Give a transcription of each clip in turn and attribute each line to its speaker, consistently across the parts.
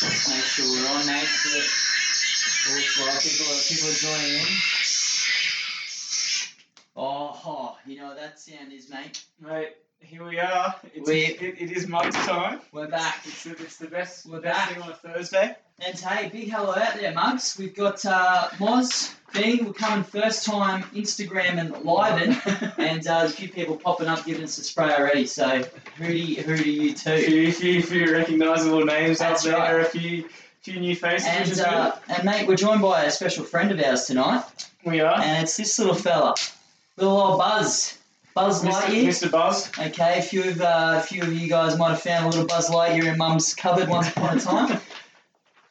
Speaker 1: Nice to we're on nice to a lot of people people joining in. Oh, ho, you know what that sound is, mate.
Speaker 2: Mate, here we are. It's,
Speaker 1: We-
Speaker 2: it, it is mug time.
Speaker 1: We're back.
Speaker 2: It's the, it's the best,
Speaker 1: We're
Speaker 2: best
Speaker 1: back.
Speaker 2: thing on a Thursday.
Speaker 1: And hey, big hello out there, mugs. We've got uh, Moz, B, we're coming first time Instagram and live in. And uh, there's a few people popping up giving us a spray already. So hooty, hooty, you
Speaker 2: a
Speaker 1: too.
Speaker 2: few, few, few recognisable names
Speaker 1: That's
Speaker 2: out there,
Speaker 1: right.
Speaker 2: a few, few new faces, which
Speaker 1: And
Speaker 2: is
Speaker 1: uh, and mate, we're joined by a special friend of ours tonight,
Speaker 2: good. We are.
Speaker 1: and it's this little fella, little old Buzz, Buzz
Speaker 2: Mr.
Speaker 1: Lightyear.
Speaker 2: Mr. Buzz.
Speaker 1: Okay, a few of uh, a few of you guys might have found a little Buzz Lightyear in Mum's cupboard once upon a time,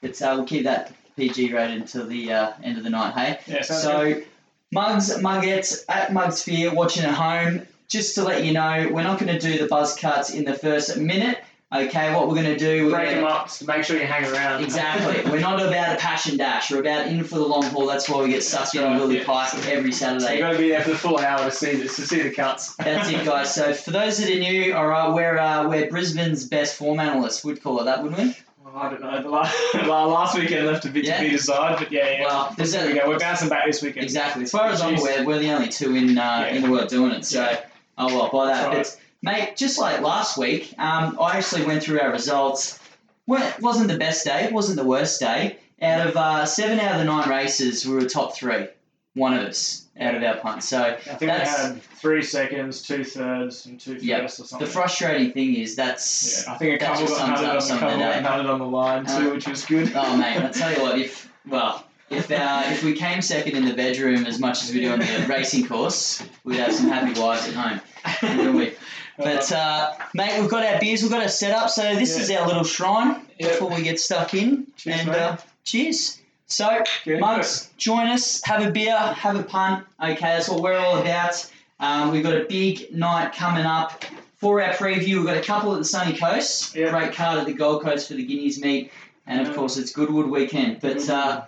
Speaker 1: but uh, we'll keep that PG rated until the uh, end of the night, hey.
Speaker 2: yeah, sounds good.
Speaker 1: So, Mugs, Muggettes at Mugsphere, watching at home. Just to let you know, we're not going to do the buzz cuts in the first minute. Okay, what we're going to do, we're
Speaker 2: break
Speaker 1: gonna-
Speaker 2: them up to make sure you hang around.
Speaker 1: Exactly. We're not about a passion dash. We're about in for the long haul. That's why we get sucked in on Willie
Speaker 2: Yeah.
Speaker 1: Pike every
Speaker 2: so you
Speaker 1: Saturday.
Speaker 2: got to be there for the full hour to see this, to see the cuts.
Speaker 1: That's it, guys. So for those that are new, all right, we're uh, we're Brisbane's best form analysts. We'd call it that, wouldn't we?
Speaker 2: Well, I don't know. The last, last weekend left a bit
Speaker 1: Yeah.
Speaker 2: to be desired, but yeah, yeah.
Speaker 1: Well, there's
Speaker 2: there
Speaker 1: a,
Speaker 2: we go. We're bouncing back this weekend.
Speaker 1: exactly. As far as I'm
Speaker 2: Jeez.
Speaker 1: aware, we're the only two in uh,
Speaker 2: Yeah.
Speaker 1: in the world doing it. So
Speaker 2: Yeah.
Speaker 1: oh well, by that.
Speaker 2: That's
Speaker 1: But mate, just like last week, um, I actually went through our results. Wa- wasn't the best day. Wasn't the worst day. Out of uh, seven out of the nine races, we were top three. One of us out of our punt. So.
Speaker 2: I think
Speaker 1: That's-
Speaker 2: we had three seconds, two thirds, and two firsts
Speaker 1: Yeah. The
Speaker 2: or something.
Speaker 1: frustrating thing is that's.
Speaker 2: yeah, I think a
Speaker 1: that
Speaker 2: couple
Speaker 1: just
Speaker 2: got
Speaker 1: sums
Speaker 2: nutted
Speaker 1: up
Speaker 2: on
Speaker 1: some
Speaker 2: the
Speaker 1: of
Speaker 2: couple
Speaker 1: the
Speaker 2: got
Speaker 1: day.
Speaker 2: nutted on the line too,
Speaker 1: Um,
Speaker 2: which was good.
Speaker 1: Oh mate, I tell you what, if well, if uh, if we came second in the bedroom as much as we do on the racing course, we'd have some happy wives at home, wouldn't we? But uh, mate, we've got our beers, we've got our setup, so this is our little shrine
Speaker 2: Yeah.
Speaker 1: before we get stuck in.
Speaker 2: Cheers,
Speaker 1: and
Speaker 2: mate.
Speaker 1: uh, cheers. So
Speaker 2: Good.
Speaker 1: Mugs, join us, have a beer, have a punt. Okay, that's what we're all about. Um, we've got a big night coming up for our preview. We've got a couple at the Sunny Coast,
Speaker 2: Yeah.
Speaker 1: great card at the Gold Coast for the Guineas meet, and of
Speaker 2: Yeah.
Speaker 1: course it's Goodwood weekend. But uh,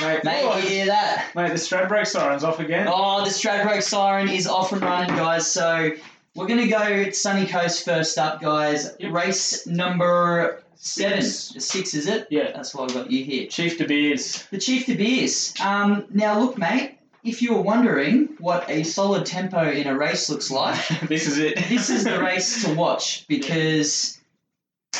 Speaker 2: mate,
Speaker 1: mate,
Speaker 2: oh,
Speaker 1: you hear that?
Speaker 2: mate, the strap brake siren's off again.
Speaker 1: Oh, the Stradbroke siren is off and running, guys. So we're gonna go Sunny Coast first up, guys.
Speaker 2: Yep.
Speaker 1: Race number seven,
Speaker 2: Six.
Speaker 1: six is it?
Speaker 2: Yeah.
Speaker 1: That's why I got you here.
Speaker 2: Chief De Beers.
Speaker 1: The Chief De Beers. Um, now, look, mate, if you were wondering what a solid tempo in a race looks like,
Speaker 2: this is it.
Speaker 1: this is the race to watch because,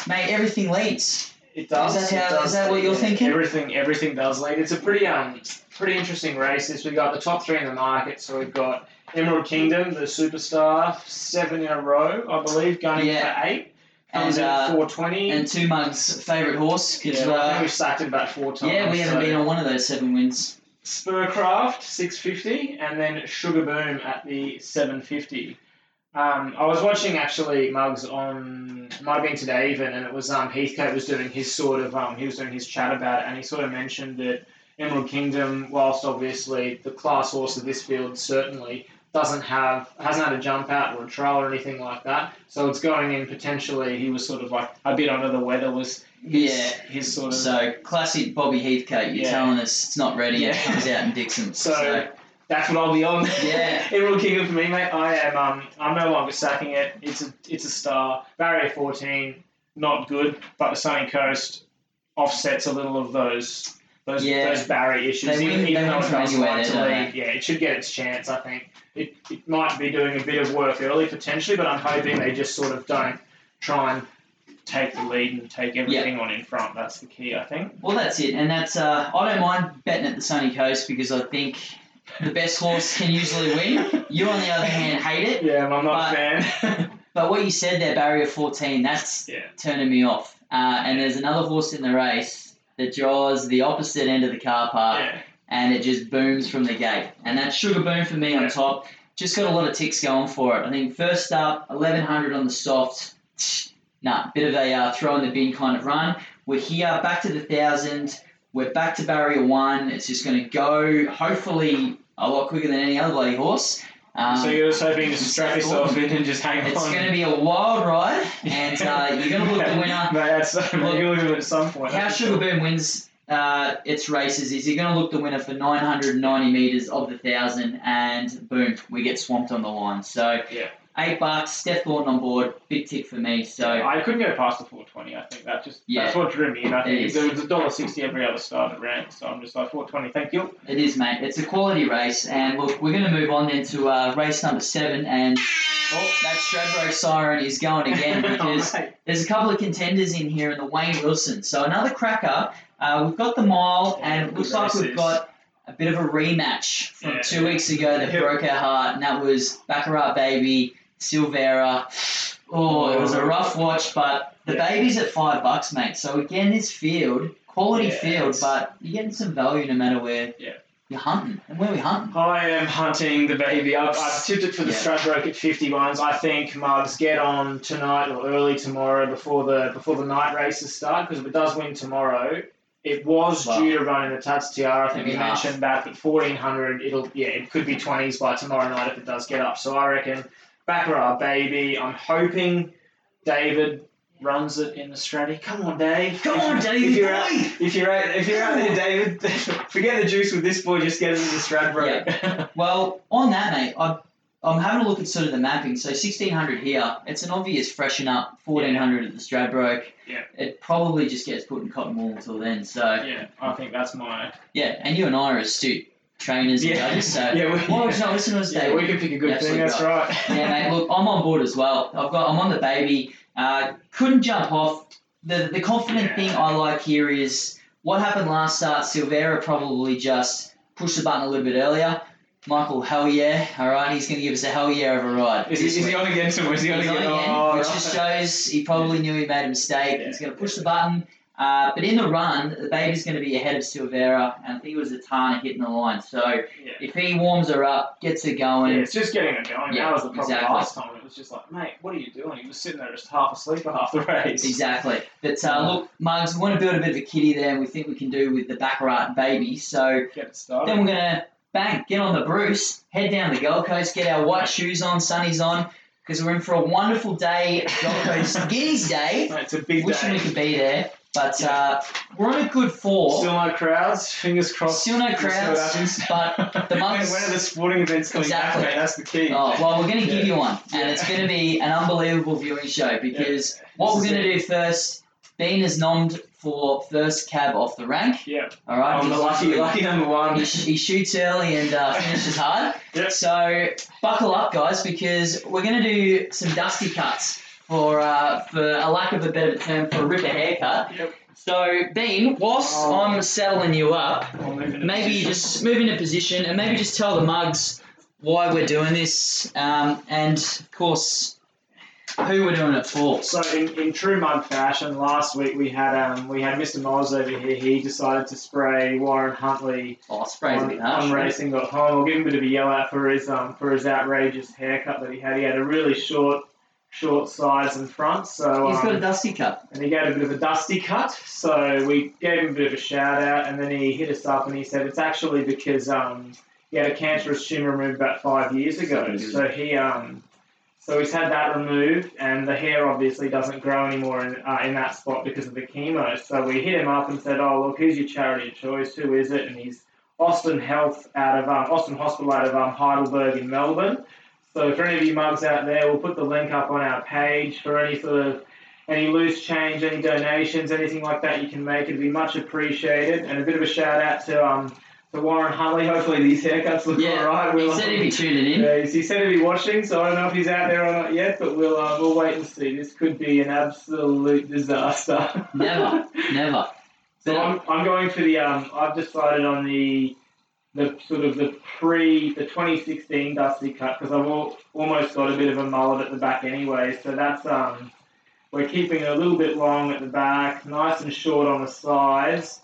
Speaker 1: mate, everything leads.
Speaker 2: It does.
Speaker 1: Is that how-
Speaker 2: it does
Speaker 1: is that what you're
Speaker 2: lead.
Speaker 1: thinking?
Speaker 2: Everything, everything does lead. It's a pretty um, pretty interesting race. This we've got the top three in the market. So we've got Emerald Kingdom, the superstar, seven in a row, I believe, going
Speaker 1: Yeah.
Speaker 2: for eight. Comes
Speaker 1: And,
Speaker 2: in at
Speaker 1: uh,
Speaker 2: four twenty.
Speaker 1: and Two Mug's favourite horse. 'cause,
Speaker 2: yeah, I
Speaker 1: uh,
Speaker 2: think we've sacked it about four times.
Speaker 1: yeah, we haven't
Speaker 2: so.
Speaker 1: been on one of those seven wins.
Speaker 2: Spurcraft, 650, and then Sugar Boom at the 750. Um, I was watching actually Mugs on might have been today even, and it was um, Heathcote was doing his sort of um, he was doing his chat about it, and he sort of mentioned that Emerald Kingdom, whilst obviously the class horse of this field certainly doesn't have hasn't had a jump out or a trial or anything like that, so it's going in potentially. He was sort of like a bit under the weather was his,
Speaker 1: Yeah.
Speaker 2: his sort of
Speaker 1: So, classic Bobby Heathcote. You're
Speaker 2: Yeah.
Speaker 1: telling us it's not ready and it
Speaker 2: Yeah.
Speaker 1: comes out in Dixon.
Speaker 2: So, that's what I'll be on.
Speaker 1: Yeah.
Speaker 2: Emerald Kingdom for me, mate. I am. Um, I'm no longer sacking it. It's a. It's a star. Barrier 14, not good, but the Sunny Coast offsets a little of those. Those,
Speaker 1: Yeah.
Speaker 2: those barrier issues,
Speaker 1: They
Speaker 2: even,
Speaker 1: win-
Speaker 2: even
Speaker 1: they
Speaker 2: though
Speaker 1: win
Speaker 2: it
Speaker 1: from
Speaker 2: does
Speaker 1: anywhere,
Speaker 2: like to
Speaker 1: don't
Speaker 2: lead, yeah, it should get its chance. I think it, it might be doing a bit of work early potentially, but I'm hoping they just sort of don't try and take the lead and take everything on in front. That's the key, I think.
Speaker 1: Well, that's it, and that's uh, I don't mind betting at the sunny coast because I think the best horse can usually win. You, on the other hand, hate it.
Speaker 2: Yeah, I'm not a fan.
Speaker 1: But what you said there, barrier fourteen, that's
Speaker 2: Yeah.
Speaker 1: turning me off. Uh, and there's another horse in the race that draws the opposite end of the car park,
Speaker 2: yeah.
Speaker 1: and it just booms from the gate. And that's sugar boom for me on
Speaker 2: Yeah.
Speaker 1: top. Just got a lot of ticks going for it. I think first up, eleven hundred on the soft. Nah, bit of a uh, throw in the bin kind of run. We're here, back to the thousand. We're back to barrier one. It's just going to go, hopefully, a lot quicker than any other bloody horse. Um,
Speaker 2: so you're just hoping to strap yourself in and just hang on.
Speaker 1: it's going to be a wild ride, and uh, you're going to look the winner.
Speaker 2: Mate, that's you're looking at some point.
Speaker 1: How Sugar Boom wins uh, its races is you're going to look the winner for 990 metres of the 1,000, and boom, we get swamped on the line. So
Speaker 2: Yeah.
Speaker 1: Eight bucks. Steph Thornton on board. Big tick for me. So
Speaker 2: I couldn't go past the 420. I think that just
Speaker 1: Yeah.
Speaker 2: that's what drew me in. I think
Speaker 1: It
Speaker 2: it
Speaker 1: is.
Speaker 2: there was a dollar sixty every other start at Rand, so I'm just like 420. Thank you.
Speaker 1: it is, mate. It's a quality race. And look, we're going to move on then to uh, race number seven. And oh, that Stradbroke siren is going again because
Speaker 2: Oh, mate.
Speaker 1: There's a couple of contenders in here in the Wayne Wilson. So another cracker. Uh, we've got the mile, and it looks like we've got a bit of a rematch from
Speaker 2: Yeah.
Speaker 1: two weeks ago that
Speaker 2: Yep.
Speaker 1: broke our heart, and that was Baccarat Baby, Silvera. Oh, it was a rough watch, but the
Speaker 2: Yeah.
Speaker 1: baby's at five bucks, mate. So again, this field, quality
Speaker 2: Yeah,
Speaker 1: field,
Speaker 2: it's-
Speaker 1: but you're getting some value no matter where
Speaker 2: Yeah.
Speaker 1: you're hunting. And where we hunting?
Speaker 2: I am hunting the baby. I've, I've tipped it for the
Speaker 1: Yeah.
Speaker 2: Stradbroke at 51s. I think Mugs get on tonight or early tomorrow before the before the night races start because if it does win tomorrow, it was
Speaker 1: Wow.
Speaker 2: due to run in the Tats Tiara. I think
Speaker 1: Maybe
Speaker 2: we
Speaker 1: half.
Speaker 2: mentioned that, but 1400, it'll yeah, it could be 20s by tomorrow night if it does get up. So I reckon Baccarat baby. I'm hoping David runs it in the Stratty. Come on, Dave.
Speaker 1: Come
Speaker 2: If-
Speaker 1: on, Davey,
Speaker 2: If you're out,
Speaker 1: boy!
Speaker 2: if you're out, if you're out there, David, forget the juice with this boy. Just get it in the Stradbroke.
Speaker 1: Well, on that, mate, I'm, I'm having a look at sort of the mapping. So 1600 here, it's an obvious freshen up. 1400 at the Stradbroke.
Speaker 2: Yeah.
Speaker 1: It probably just gets put in cotton wool until then. So,
Speaker 2: Yeah, I think that's my.
Speaker 1: yeah, and you and I are astute trainers and
Speaker 2: Yeah.
Speaker 1: judges. So,
Speaker 2: yeah, we,
Speaker 1: why would you not listen to us,
Speaker 2: yeah,
Speaker 1: Dave?
Speaker 2: we can pick a good
Speaker 1: Absolutely
Speaker 2: thing. That's right.
Speaker 1: yeah, mate. Look, I'm on board as well. I've got. I'm on the baby. Uh, couldn't jump off. The the confident
Speaker 2: Yeah.
Speaker 1: thing I like here is what happened last start. Silvera probably just pushed the button a little bit earlier. Michael, hell yeah! All right, he's going to give us a hell yeah of a ride.
Speaker 2: Is, he,
Speaker 1: this
Speaker 2: is he
Speaker 1: week.
Speaker 2: on again somewhere? Is he on
Speaker 1: He's on
Speaker 2: again?
Speaker 1: again,
Speaker 2: Oh,
Speaker 1: which
Speaker 2: right.
Speaker 1: just shows he probably knew he made a mistake.
Speaker 2: Yeah.
Speaker 1: He's going to push the button. Uh, but in the run, the baby's going to be ahead of Silvera, and I think it was Atana hitting the line. So
Speaker 2: yeah.
Speaker 1: if he warms her up, gets her
Speaker 2: Yeah,
Speaker 1: going,
Speaker 2: it's just getting it going.
Speaker 1: Yeah,
Speaker 2: that was the problem
Speaker 1: exactly.
Speaker 2: last time. It was just like, mate, what are you doing? He was sitting there just half asleep for half the race.
Speaker 1: Exactly. But uh, look, Mugs, we want to build a bit of a kitty there, and we think we can do with the Baccarat baby. So
Speaker 2: Get it
Speaker 1: then
Speaker 2: started.
Speaker 1: we're going to bang, get on the Bruce, head down the Gold Coast, get our white shoes on, sunnies on, because we're in for a wonderful day, at Gold Coast Guineas Day.
Speaker 2: Mate, it's a big
Speaker 1: Wishing we
Speaker 2: day.
Speaker 1: could be there, but uh, we're on a good four.
Speaker 2: Still no crowds. Fingers crossed.
Speaker 1: Still no
Speaker 2: We'll see what
Speaker 1: crowds,
Speaker 2: happens.
Speaker 1: but the
Speaker 2: When-
Speaker 1: months-
Speaker 2: when are the sporting events coming
Speaker 1: Exactly.
Speaker 2: back, mate? That's the key.
Speaker 1: Oh, well, we're going to give you one, and
Speaker 2: Yeah.
Speaker 1: it's going to be an unbelievable viewing show
Speaker 2: Yeah.
Speaker 1: because what we're
Speaker 2: This is
Speaker 1: going
Speaker 2: it.
Speaker 1: to do first, Bean is nommed for first cab off the rank.
Speaker 2: Yeah.
Speaker 1: All right.
Speaker 2: I'm the
Speaker 1: he's-
Speaker 2: lucky, lucky number one.
Speaker 1: He, sh- he shoots early and uh, finishes hard.
Speaker 2: Yep.
Speaker 1: So buckle up, guys, because we're going to do some dusty cuts for uh, for a lack of a better term for a ripper haircut.
Speaker 2: Yep.
Speaker 1: So Bean, whilst
Speaker 2: Oh.
Speaker 1: I'm saddling you up,
Speaker 2: I'll move into
Speaker 1: maybe you
Speaker 2: position.
Speaker 1: just move into position and maybe just tell the mugs why we're doing this, um, and of course who we're doing it for.
Speaker 2: So in, in true mug fashion, last week we had um, we had Mr. Miles over here. He decided to spray Warren Huntley
Speaker 1: Oh, spray's a
Speaker 2: on,
Speaker 1: bit harsh.
Speaker 2: on racing dot com. We'll give him a bit of a yell out for his um, for his outrageous haircut that he had. He had a really short short sides and front, so
Speaker 1: He's got a
Speaker 2: um,
Speaker 1: dusty cut.
Speaker 2: and he gave a bit of a dusty cut. So we gave him a bit of a shout out, and then he hit us up and he said it's actually because um, he had a cancerous tumor removed about five years ago. So he um, so he's had that removed, and the hair obviously doesn't grow anymore in, uh, in that spot because of the chemo. So we hit him up and said, "Oh, look, who's your charity of choice? Who is it?" And he's Austin Health out of um, Austin Hospital out of um, Heidelberg in Melbourne. So for any of you mugs out there, we'll put the link up on our page for any sort of any loose change, any donations, anything like that you can make. It'd be much appreciated. And a bit of a shout out to um to Warren Huntley. Hopefully these haircuts look
Speaker 1: Yeah,
Speaker 2: alright.
Speaker 1: He
Speaker 2: We'll- uh,
Speaker 1: said he'd be tuning in.
Speaker 2: yeah, he said he'd be watching, so I don't know if he's out there or not yet, but we'll uh, we'll wait and see. This could be an absolute disaster.
Speaker 1: Never. Never.
Speaker 2: so I'm, I'm going for the um I've decided on the the sort of the pre the 2016 Dusty cut because I've al- almost got a bit of a mullet at the back anyway, so that's um we're keeping it a little bit long at the back, nice and short on the sides,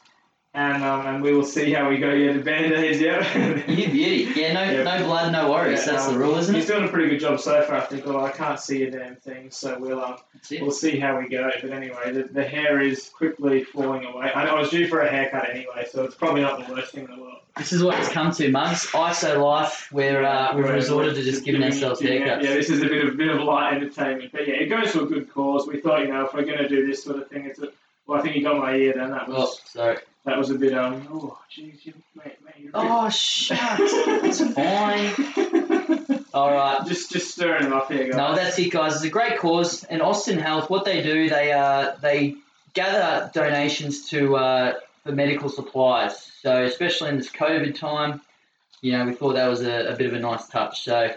Speaker 2: and um, and we will see how we go. Yeah, the band aids, yeah.
Speaker 1: You beauty. Yeah, no,
Speaker 2: Yeah.
Speaker 1: no blood, no worries.
Speaker 2: Yeah,
Speaker 1: That's
Speaker 2: no.
Speaker 1: the rule, isn't
Speaker 2: He's
Speaker 1: it?
Speaker 2: doing a pretty good job so far, I think. Although I can't see a damn thing, so we'll um,
Speaker 1: That's it.
Speaker 2: we'll see how we go. But anyway, the, the hair is quickly falling away. I, I was due for a haircut anyway, so it's probably not the worst thing in the world.
Speaker 1: This is what it's come to, mugs. ISO life, where uh, we've
Speaker 2: We're-
Speaker 1: resorted to just giving ourselves
Speaker 2: giving-
Speaker 1: haircuts.
Speaker 2: Yeah, this is a bit of bit of light entertainment, but yeah, it goes to a good cause. We thought, you know, if we're going to do this sort of thing, it's a well, I think you got my ear then. That
Speaker 1: Oh,
Speaker 2: was
Speaker 1: sorry.
Speaker 2: that was a bit um. Oh, jeez, you mate, mate, you're. a bit-
Speaker 1: Oh, shucks. it's fine. All right.
Speaker 2: Just just stirring them up there, guys.
Speaker 1: No, that's it, guys. It's a great cause. And Austin Health, what they do, they uh, they gather donations to uh, for medical supplies. So especially in this COVID time, you know, we thought that was a, a bit of a nice touch. So,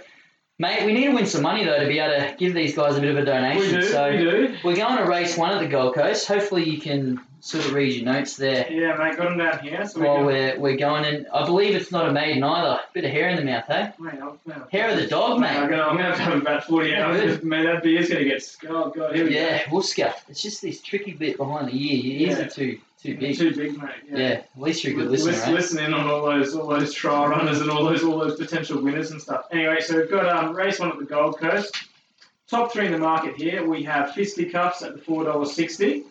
Speaker 1: mate, we need to win some money though to be able to give these guys a bit of a
Speaker 2: we
Speaker 1: donation.
Speaker 2: do,
Speaker 1: so
Speaker 2: we do.
Speaker 1: we're going to race one at the Gold Coast. Hopefully, you can sort of read your notes there.
Speaker 2: Yeah, mate, got them down here. So we
Speaker 1: While
Speaker 2: can,
Speaker 1: we're, we're going in, I believe it's not a maiden either. Bit of hair in the mouth, eh?
Speaker 2: mate, I'll, I'll-
Speaker 1: Hair of the dog,
Speaker 2: Oh, Mate, I'm
Speaker 1: mate.
Speaker 2: gonna, I'm gonna have to have about 40
Speaker 1: Yeah,
Speaker 2: hours.
Speaker 1: good.
Speaker 2: Mate, that beer's gonna get. Oh god, here we
Speaker 1: Yeah, Wooska. It's just this tricky bit behind the ear. Your ears
Speaker 2: Yeah.
Speaker 1: are too
Speaker 2: go.
Speaker 1: too big.
Speaker 2: Too big, mate.
Speaker 1: Yeah. at least you're a good
Speaker 2: Li-
Speaker 1: listener,
Speaker 2: lis-
Speaker 1: right?
Speaker 2: listen in on all those all those trial runners and all those all those potential winners and stuff. Anyway, so we've got um, race one at the Gold Coast. Top three in the market here. We have Fisticuffs at the four dollars sixty,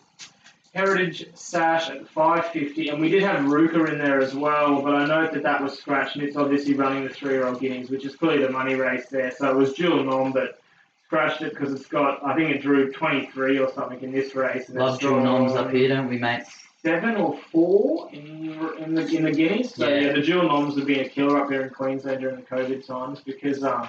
Speaker 2: Heritage Sash at the five fifty, and we did have Ruka in there as well. But I note that that was scratched, and it's obviously running the three year old guineas, which is clearly the money race there. So it was dual norm, but scratched it because it's got I think it drew twenty three or something in this race. and
Speaker 1: Love
Speaker 2: it's
Speaker 1: dual
Speaker 2: drawn
Speaker 1: norms up here, don't we, mate?
Speaker 2: seven or four in in the, in the guineas. So
Speaker 1: Yeah.
Speaker 2: yeah. the dual noms have been a killer up there in Queensland during the COVID times because um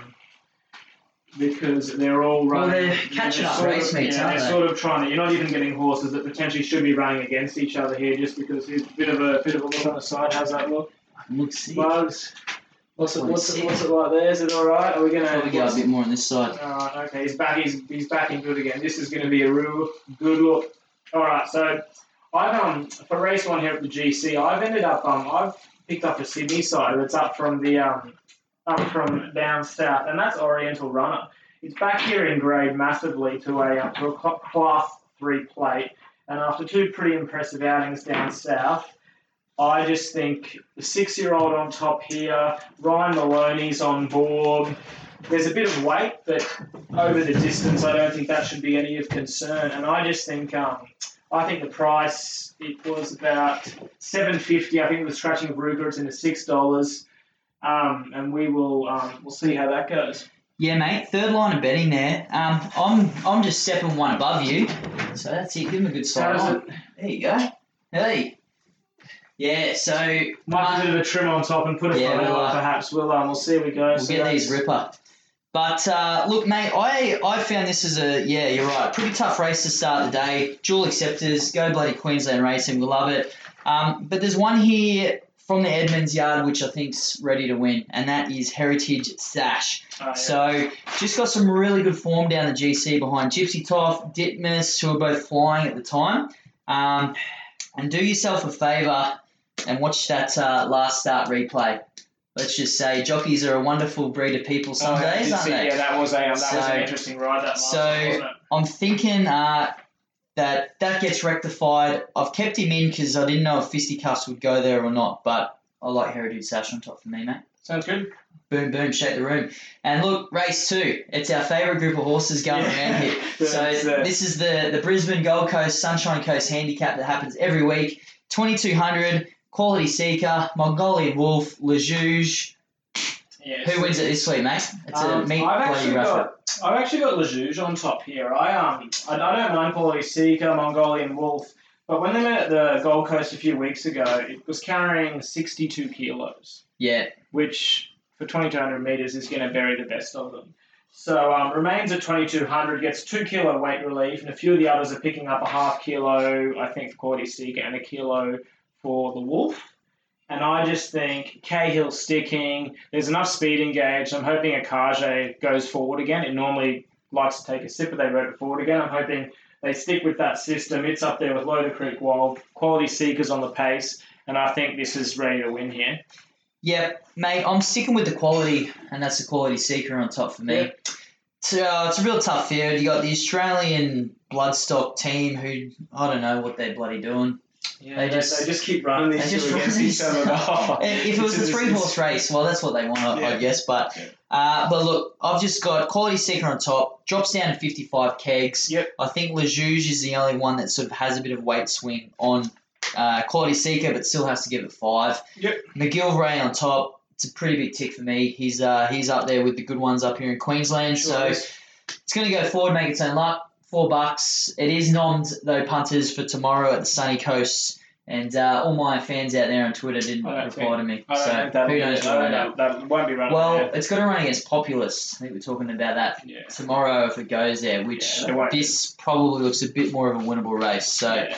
Speaker 2: because they're all
Speaker 1: Well,
Speaker 2: running.
Speaker 1: they're catching
Speaker 2: they're
Speaker 1: up
Speaker 2: sort
Speaker 1: race
Speaker 2: of,
Speaker 1: meets,
Speaker 2: yeah,
Speaker 1: aren't
Speaker 2: they're
Speaker 1: they?
Speaker 2: sort of trying to. You're not even getting horses that potentially should be running against each other here, just because it's a bit of a bit of a look on the side. How's that look?
Speaker 1: Looks sick.
Speaker 2: Bugs. What's it, what's, it, what's it like there? Is it all right? Are we gonna?
Speaker 1: Probably go a bit more on this side.
Speaker 2: Alright, okay, he's back. He's, he's back in good again. This is going to be a real good look. All right, so I've um for race one here at the GC, I've ended up um I've picked up a Sydney side that's up from the um up from down south, and that's Oriental Runner. It's back here in grade massively to a um, to a cl- class three plate, and after two pretty impressive outings down south. I just think the six-year-old on top here, Ryan Maloney's on board. There's a bit of weight, but over the distance, I don't think that should be any of concern. And I just think, um, I think the price it was about seven fifty. I think it was scratching of Ruger. It's in the six dollars, um, and we will um, we'll see how that goes.
Speaker 1: Yeah, mate. Third line of betting there. Um, I'm I'm just stepping one above you, so that's it. Give him a good side.
Speaker 2: How's
Speaker 1: on. There you go. Hey. Yeah. So
Speaker 2: Might do a bit of a trim on top and put a
Speaker 1: Yeah,
Speaker 2: photo
Speaker 1: we'll,
Speaker 2: up,
Speaker 1: uh,
Speaker 2: perhaps. We'll um, we'll see how we go.
Speaker 1: we'll
Speaker 2: So
Speaker 1: get these
Speaker 2: that's-
Speaker 1: ripper. But uh, look, mate, I, I found this as a yeah, you're right. Pretty tough race to start the day. Dual acceptors, go bloody Queensland racing, we love it. Um, but there's one here from the Edmonds yard which I think's ready to win, and that is Heritage Sash.
Speaker 2: Oh, yeah.
Speaker 1: So just got some really good form down the GC behind Gypsy Toff, Ditmus, who were both flying at the time. Um, and do yourself a favour and watch that uh, last start replay. Let's just say jockeys are a wonderful breed of people some
Speaker 2: Oh, yeah, I
Speaker 1: days,
Speaker 2: did
Speaker 1: aren't
Speaker 2: see-
Speaker 1: they?
Speaker 2: Yeah, that was a um, that was
Speaker 1: So-
Speaker 2: an interesting ride. That last
Speaker 1: so-
Speaker 2: one, wasn't it?
Speaker 1: I'm thinking uh, that that gets rectified. I've kept him in because I didn't know if fisticuffs would go there or not, but I like Heritage Sash on top for me, mate.
Speaker 2: sounds good.
Speaker 1: Boom, boom, shake the room. And look, race two. It's our favourite group of horses going around here. So
Speaker 2: That's, uh,
Speaker 1: this is the, the Brisbane Gold Coast Sunshine Coast handicap that happens every week. 2200, Quality Seeker, Mongolian Wolf, Lejuge.
Speaker 2: yeah,
Speaker 1: Who wins it this week, mate? It's a
Speaker 2: Um,
Speaker 1: meat
Speaker 2: I've
Speaker 1: bloody
Speaker 2: actually
Speaker 1: rougher.
Speaker 2: got- I've actually got Lejuge on top here. I um I, I don't mind Quality Seeker, Mongolian Wolf, but when they met at the Gold Coast a few weeks ago, it was carrying 62 kilos,
Speaker 1: Yeah,
Speaker 2: which for 2200 meters is going to bury the best of them. So um, remains at 2200, gets two kilo weight relief, and a few of the others are picking up a half kilo, I think, for Quality Seeker and a kilo for the Wolf. And I just think Cahill sticking. There's enough speed engaged. I'm hoping Akaje goes forward again. It normally likes to take a sip, but they rode it forward again. I'm hoping they stick with that system. It's up there with Loader Creek Wild. Quality Seekers on the pace. And I think this is ready to win here.
Speaker 1: yeah, mate, I'm sticking with the quality, and that's the Quality Seeker on top for me.
Speaker 2: Yeah.
Speaker 1: It's, uh, it's a real tough field. You got the Australian bloodstock team who, I don't know what they're bloody doing.
Speaker 2: Yeah,
Speaker 1: They just-
Speaker 2: keep running
Speaker 1: they
Speaker 2: these
Speaker 1: just
Speaker 2: two against
Speaker 1: run
Speaker 2: each other.
Speaker 1: these- If if it was a
Speaker 2: It's-
Speaker 1: three horse race, well, that's what they want, I I
Speaker 2: Yeah.
Speaker 1: guess. But
Speaker 2: Yeah.
Speaker 1: uh, but look, I've just got Quality Seeker on top, drops down to 55 kegs.
Speaker 2: Yep.
Speaker 1: I think Lejuge is the only one that sort of has a bit of weight swing on uh, Quality Seeker, but still has to give it five.
Speaker 2: Yep.
Speaker 1: McGilvray on top. It's a pretty big tick for me. He's uh, he's up there with the good ones up here in Queensland.
Speaker 2: Sure
Speaker 1: So
Speaker 2: is.
Speaker 1: it's going to go forward, make its own luck. Four bucks. It is nommed though punters for tomorrow at the sunny coast And uh, all my fans out there on Twitter didn't
Speaker 2: I don't
Speaker 1: reply
Speaker 2: think-
Speaker 1: to me.
Speaker 2: I don't
Speaker 1: so
Speaker 2: know if that'll
Speaker 1: who
Speaker 2: be,
Speaker 1: knows
Speaker 2: I
Speaker 1: what
Speaker 2: don't know. That won't be running.
Speaker 1: Well, it's got to run against populists. I think we're talking about that
Speaker 2: yeah.
Speaker 1: tomorrow if it goes there, which
Speaker 2: Yeah, they won't.
Speaker 1: this probably looks a bit more of a winnable race. So,
Speaker 2: Yeah.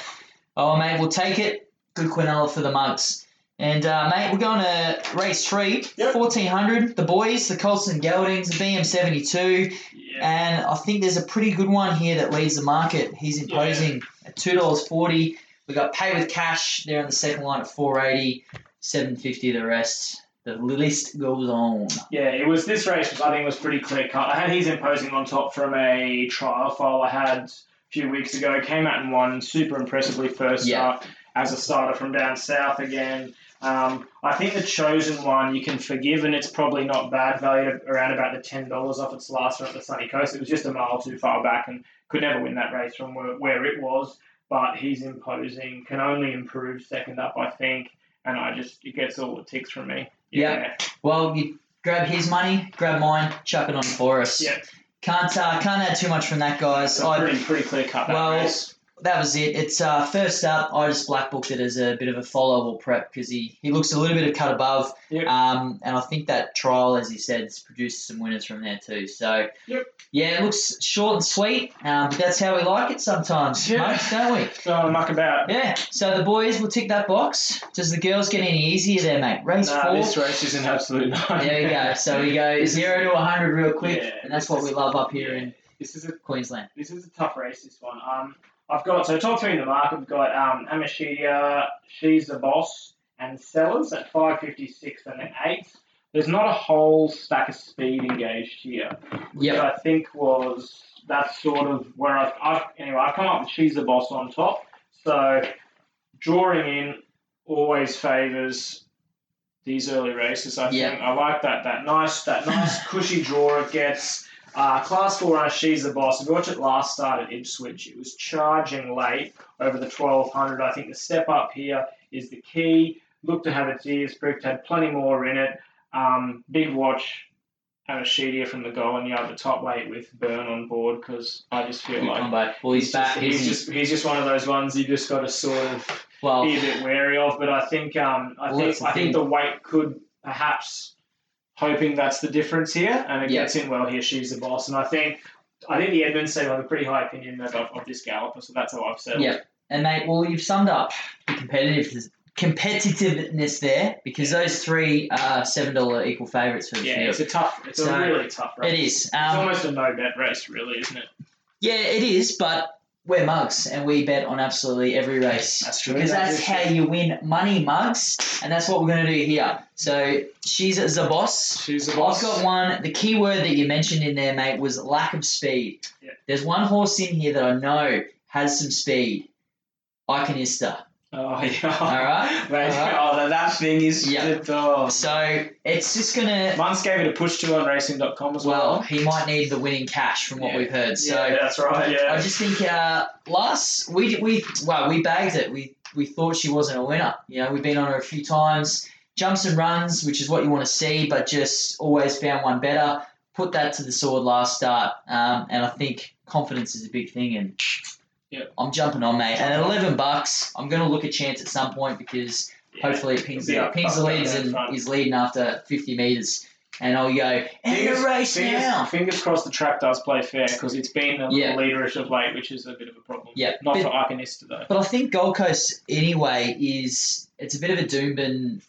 Speaker 1: oh, mate, we'll take it. Good quinella for the monks. And, uh, mate, we're going to race three,
Speaker 2: Yep.
Speaker 1: 1400, the boys, the Colts and Geldings, the BM72.
Speaker 2: Yeah.
Speaker 1: And I think there's a pretty good one here that leads the market. He's imposing at two dollars forty. We got pay with cash there on the second line at four eighty, seven fifty the rest. The list goes on.
Speaker 2: Yeah, it was this race, which I think was pretty clear cut. I had he's imposing on top from a trial file I had a few weeks ago. Came out and won super impressively first
Speaker 1: Yeah.
Speaker 2: up as a starter from down south again. Um, I think the chosen one you can forgive, and it's probably not bad, valued at around about the ten dollars off its last run at the Sunny Coast. It was just a mile too far back and could never win that race from where, where it was. But he's imposing, can only improve second up, I think, and I just it gets all the ticks from me.
Speaker 1: Yeah. Well, you grab his money, grab mine, chuck it on for us.
Speaker 2: Yeah.
Speaker 1: Can't uh, can't add too much from that, guys.
Speaker 2: So
Speaker 1: I,
Speaker 2: pretty, pretty clear cut. That
Speaker 1: Well,
Speaker 2: race.
Speaker 1: that was it. It's uh, first up. I just black booked it as a bit of a follow or prep because he, he looks a little bit of cut above.
Speaker 2: Yep.
Speaker 1: Um, and I think that trial, as you said, has produced some winners from there too. So
Speaker 2: Yep.
Speaker 1: yeah, it looks short and sweet. Um, but that's how we like it sometimes,
Speaker 2: Yeah.
Speaker 1: mates, don't we?
Speaker 2: Go on, muck about.
Speaker 1: Yeah. So the boys will tick that box. Does the girls get any easier there, mate? Race
Speaker 2: Nah,
Speaker 1: four.
Speaker 2: this race is an absolute nightmare.
Speaker 1: There we go. So we go
Speaker 2: This is-
Speaker 1: zero to hundred real quick,
Speaker 2: Yeah,
Speaker 1: and that's
Speaker 2: this
Speaker 1: what
Speaker 2: is-
Speaker 1: we love up here in
Speaker 2: This is a
Speaker 1: Queensland.
Speaker 2: this is a tough race. This one. Um, I've got so top three in the market. We've got um Amashidia, she's the boss, and Sellers at five fifty six and then eighth. There's not a whole stack of speed engaged here. which
Speaker 1: Yep.
Speaker 2: I think was that's sort of where I've, I've anyway I've come up with she's the boss on top. So drawing in always favours these early races. I
Speaker 1: Yeah.
Speaker 2: think I like that that nice that nice cushy draw it gets. Uh, class four runner, she's the boss. If you watch it last start at Ipswich, it was charging late over the twelve hundred. I think the step up here is the key. Looked to have its ears pricked, had plenty more in it. Um, big watch Anashidia from the goal and you have the top weight with Burn on board because I just feel
Speaker 1: Good
Speaker 2: like
Speaker 1: combo. Well, he's back.
Speaker 2: Just, he's
Speaker 1: isn't he?
Speaker 2: just he's just one of those ones you just got to sort of
Speaker 1: well.
Speaker 2: be a bit wary of. But I think um I
Speaker 1: Well, that's
Speaker 2: think
Speaker 1: the
Speaker 2: I
Speaker 1: thing.
Speaker 2: think the weight could perhaps hoping that's the difference here and it
Speaker 1: Yeah.
Speaker 2: gets in well here. She's the boss and I think I think the Edmonds team have a pretty high opinion of, of this galloper, so that's how I've settled.
Speaker 1: Yeah. And mate, well, you've summed up the competitive competitiveness there because those three are seven dollar equal favourites for the
Speaker 2: Yeah,
Speaker 1: field.
Speaker 2: it's a tough, it's
Speaker 1: So,
Speaker 2: a really tough race.
Speaker 1: It is.
Speaker 2: It's
Speaker 1: Um,
Speaker 2: almost a no bet race, really, isn't it?
Speaker 1: yeah, it is. But we're mugs and we bet on absolutely every race.
Speaker 2: That's true.
Speaker 1: Because
Speaker 2: That
Speaker 1: that's
Speaker 2: is
Speaker 1: how
Speaker 2: true.
Speaker 1: you win money, mugs, and that's what we're going to do here. So she's the boss.
Speaker 2: She's the
Speaker 1: I've
Speaker 2: boss.
Speaker 1: got one. The key word that you mentioned in there, mate, was lack of speed.
Speaker 2: Yeah.
Speaker 1: There's one horse in here that I know has some speed. Iconista.
Speaker 2: Oh yeah.
Speaker 1: All right.
Speaker 2: Mate,
Speaker 1: All
Speaker 2: oh, that, that thing is
Speaker 1: Yeah.
Speaker 2: the dog.
Speaker 1: So it's just gonna.
Speaker 2: Munce gave it a push to on racing.com as
Speaker 1: Well,
Speaker 2: well.
Speaker 1: he might need the winning cash from what
Speaker 2: Yeah.
Speaker 1: we've heard. So
Speaker 2: yeah, that's
Speaker 1: I
Speaker 2: right. Yeah.
Speaker 1: just think uh, last we we well we bagged it. We we thought she wasn't a winner. You know, we've been on her a few times. Jumps and runs, which is what you want to see, but just always found one better. Put that to the sword last start, um, and I think confidence is a big thing. And
Speaker 2: Yeah.
Speaker 1: I'm jumping on, mate. And at 11 bucks, I'm going to look a chance at some point because Hopefully it pings,
Speaker 2: It'll be
Speaker 1: the,
Speaker 2: up
Speaker 1: pings the
Speaker 2: front,
Speaker 1: leads
Speaker 2: down
Speaker 1: and
Speaker 2: front.
Speaker 1: he's leading after 50 metres. And I'll go, end the
Speaker 2: Fingers-
Speaker 1: race
Speaker 2: Fingers,
Speaker 1: now.
Speaker 2: fingers crossed the track does play fair because it's been a
Speaker 1: Yeah.
Speaker 2: little leaderish of late, which is a bit of a problem.
Speaker 1: Yeah.
Speaker 2: Not
Speaker 1: but,
Speaker 2: for Iconista though.
Speaker 1: but I think Gold Coast, anyway, is it's a bit of a Doombin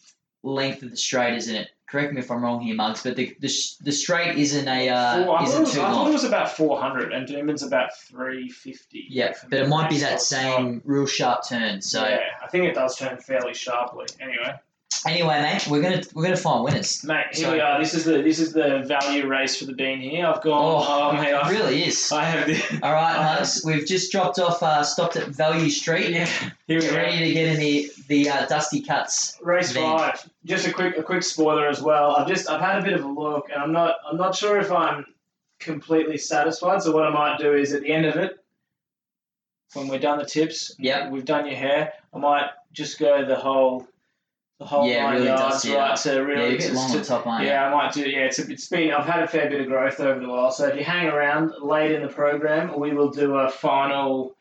Speaker 1: length of the straight, isn't it? Correct me if I'm wrong here, Mugs, but the the, sh- the straight isn't a uh,
Speaker 2: Four- I, thought it
Speaker 1: isn't
Speaker 2: was,
Speaker 1: too
Speaker 2: I thought it
Speaker 1: long.
Speaker 2: was about 400 and Doomin's about 350.
Speaker 1: Yeah,
Speaker 2: If I'm
Speaker 1: but it might be
Speaker 2: correct.
Speaker 1: that same real sharp turn. So
Speaker 2: Yeah, I think it does turn fairly sharply. Anyway,
Speaker 1: anyway, mate, we're gonna we're gonna find winners.
Speaker 2: mate, here
Speaker 1: So-
Speaker 2: we are. This is the this is the value race for the bean here. I've got
Speaker 1: Oh,
Speaker 2: oh, mate,
Speaker 1: It
Speaker 2: I,
Speaker 1: really is.
Speaker 2: I have this.
Speaker 1: All right,
Speaker 2: I-
Speaker 1: Mugs, we've just dropped off, uh, stopped at Value Street.
Speaker 2: Yeah, here we
Speaker 1: Get
Speaker 2: go.
Speaker 1: ready to get in the the uh, dusty cuts.
Speaker 2: Race
Speaker 1: Van.
Speaker 2: five. Just a quick a quick spoiler as well. I've just I've had a bit of a look and I'm not I'm not sure if I'm completely satisfied. So what I might do is at the end of it, when we're done the tips,
Speaker 1: Yep.
Speaker 2: we've done your hair, I might just go the whole the whole
Speaker 1: Yeah,
Speaker 2: nine
Speaker 1: really
Speaker 2: yards
Speaker 1: dusty it
Speaker 2: right
Speaker 1: up.
Speaker 2: to
Speaker 1: Yeah,
Speaker 2: really
Speaker 1: you get
Speaker 2: just
Speaker 1: long
Speaker 2: to-
Speaker 1: on top, aren't you?
Speaker 2: yeah, I might do. Yeah, it's, it's been. I've had a fair bit of growth over the while. So if you hang around late in the program, we will do a final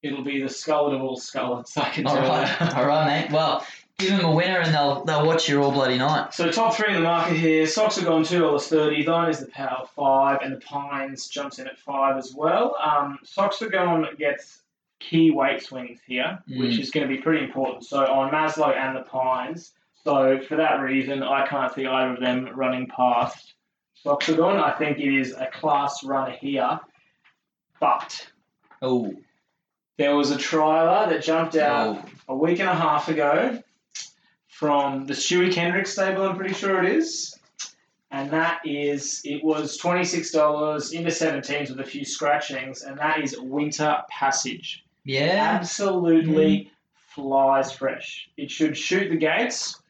Speaker 2: It'll be the skullet of all scullets, I can
Speaker 1: All
Speaker 2: tell
Speaker 1: right,
Speaker 2: you.
Speaker 1: all right, mate. Well, give them a winner and they'll they'll watch you all bloody night.
Speaker 2: So top three in the market here. Socks are gone two dollars thirty. Thine is the power five, and the Pines jumps in at five as well. Um, Socks are gone gets key weight swings here, which
Speaker 1: Mm.
Speaker 2: is going to be pretty important. So on Maslow and the Pines. So for that reason, I can't see either of them running past Socks are gone. I think it is a class runner here, but
Speaker 1: Oh,
Speaker 2: there was a trialer that jumped out
Speaker 1: oh,
Speaker 2: a week and a half ago from the Stewie Kendrick stable, I'm pretty sure it is. And that is, it was $26 into 17s with a few scratchings, and that is Winter Passage.
Speaker 1: yeah.
Speaker 2: Absolutely flies fresh. It should shoot the gates.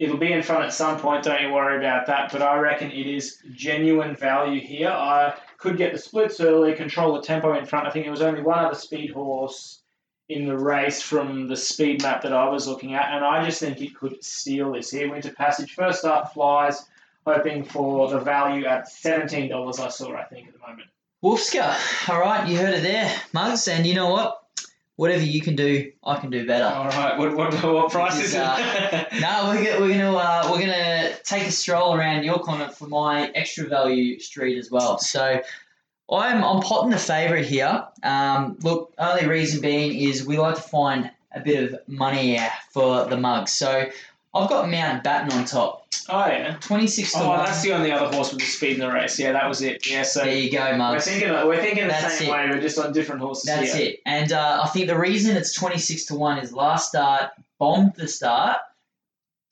Speaker 2: It'll be in front at some point, don't you worry about that. But I reckon it is genuine value here. I could get the splits early, control the tempo in front. I think there was only one other speed horse in the race from the speed map that I was looking at, and I just think it could steal this here. Winter Passage first up flies, hoping for the value at $17 I saw, I think, at the moment.
Speaker 1: Wolfska. All right, you heard it there, Mugs. And you know what? Whatever you can do, I can do better.
Speaker 2: All right, what, what, what price
Speaker 1: This
Speaker 2: is
Speaker 1: is,
Speaker 2: it?
Speaker 1: No, we're, go- we're gonna uh, we're gonna take a stroll around your comment for my extra value street as well. So I'm I'm potting the favourite here. Um, look, only reason being is we like to find a bit of money out for the mug. So I've got Mount Batten on top,
Speaker 2: oh, yeah.
Speaker 1: twenty six to
Speaker 2: Oh,
Speaker 1: one.
Speaker 2: that's the only other horse with the speed in the race. Yeah, that was it. Yeah, so
Speaker 1: there you go,
Speaker 2: we're
Speaker 1: mugs.
Speaker 2: thinking we're thinking the
Speaker 1: That's
Speaker 2: same
Speaker 1: it.
Speaker 2: way, but just on different horses.
Speaker 1: That's
Speaker 2: here.
Speaker 1: it. And uh, I think the reason it's 26 to 1 is last start, bombed the start,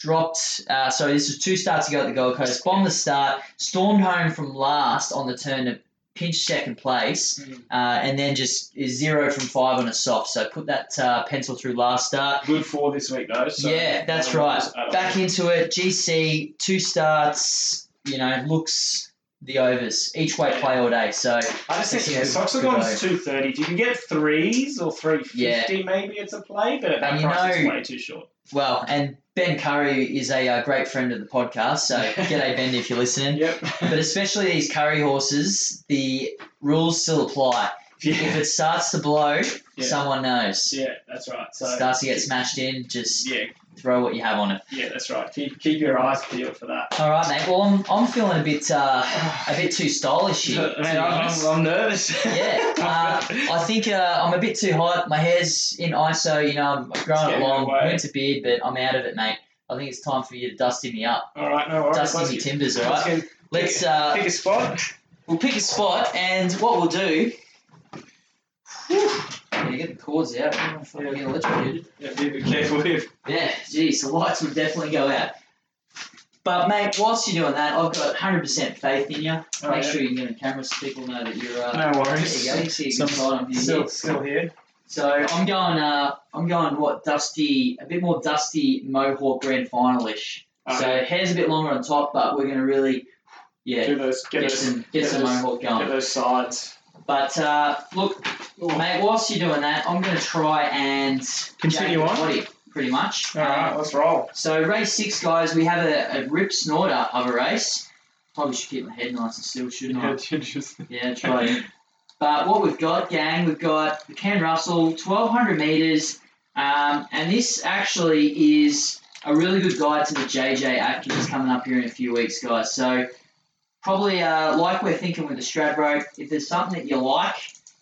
Speaker 1: dropped. Uh, so this was two starts ago at the Gold Coast, bombed the start, stormed home from last on the turn to pinch second place,
Speaker 2: Mm.
Speaker 1: uh, and then just is zero from five on a soft. So put that uh, pencil through last start.
Speaker 2: Good four this week though. So
Speaker 1: Yeah, that's
Speaker 2: um,
Speaker 1: right.
Speaker 2: just add on.
Speaker 1: Back into it. GC, two starts, you know, looks the overs. Each way play all day. So,
Speaker 2: I just think
Speaker 1: That's a
Speaker 2: yeah,
Speaker 1: good-
Speaker 2: socks are
Speaker 1: good
Speaker 2: gone
Speaker 1: value.
Speaker 2: two thirty. If you can get threes or three fifty, maybe it's a play. But at that
Speaker 1: And you
Speaker 2: price, it's
Speaker 1: know-
Speaker 2: way too short.
Speaker 1: well, and Ben Curry is a uh, great friend of the podcast. So, g'day, Ben, if you're listening.
Speaker 2: Yep.
Speaker 1: But especially these Curry horses, the rules still apply. If
Speaker 2: yeah.
Speaker 1: it starts to blow,
Speaker 2: Yeah.
Speaker 1: someone knows.
Speaker 2: yeah, that's right. So
Speaker 1: starts to get smashed in, just
Speaker 2: yeah,
Speaker 1: throw what you have on it.
Speaker 2: yeah, that's right. Keep keep your eyes peeled for that.
Speaker 1: All right, mate. Well, I'm, I'm feeling a bit uh, a bit too stylish here.
Speaker 2: Man,
Speaker 1: to be
Speaker 2: I'm,
Speaker 1: honest.
Speaker 2: I'm, I'm nervous.
Speaker 1: Yeah, uh, I think uh, I'm a bit too hot. My hair's in ISO. You know, I'm growing it
Speaker 2: getting
Speaker 1: long.
Speaker 2: away.
Speaker 1: Winter beard, but I'm out of it, mate. I think it's time for you to dusty me up,
Speaker 2: all right, no worries.
Speaker 1: dusty
Speaker 2: Let's
Speaker 1: me
Speaker 2: get-
Speaker 1: timbers. All
Speaker 2: let's
Speaker 1: right.
Speaker 2: get-
Speaker 1: Let's. Uh,
Speaker 2: pick a spot.
Speaker 1: we'll pick a spot, and what we'll do. Whew, yeah, get the cords out. I don't know if I'm getting electrocuted.
Speaker 2: Yeah, be a bit careful here.
Speaker 1: Yeah, geez, the lights would definitely go out. But mate, whilst you're doing that, I've got 100% faith in you. Make
Speaker 2: Alright.
Speaker 1: sure you can get on camera so people know that you're. Uh,
Speaker 2: Oh, No
Speaker 1: there
Speaker 2: worries.
Speaker 1: you go. You see a
Speaker 2: Some-
Speaker 1: good side on here.
Speaker 2: Still, still here.
Speaker 1: So I'm going. Uh, I'm going. What dusty? A bit more dusty mohawk grand finalish.
Speaker 2: Oh,
Speaker 1: so hair's a bit longer on top, but we're gonna really, yeah,
Speaker 2: do those, get
Speaker 1: get
Speaker 2: those,
Speaker 1: some get
Speaker 2: get
Speaker 1: some
Speaker 2: those-
Speaker 1: mohawk
Speaker 2: get
Speaker 1: going.
Speaker 2: those sides.
Speaker 1: But uh, look, mate, whilst you're doing that, I'm gonna try and
Speaker 2: Continue
Speaker 1: jack
Speaker 2: on.
Speaker 1: the body, pretty much. Um,
Speaker 2: All right, let's roll.
Speaker 1: So race six, guys, we have a, a rip snorter of a race. Probably should keep my head nice and still, shouldn't I? Yeah, try it. But what we've got, gang, we've got the Ken Russell, 1200 meters, um, and this actually is a really good guide to the JJ Atkins coming up here in a few weeks, guys. So probably uh, like we're thinking with the Strad rope, if there's something that you like,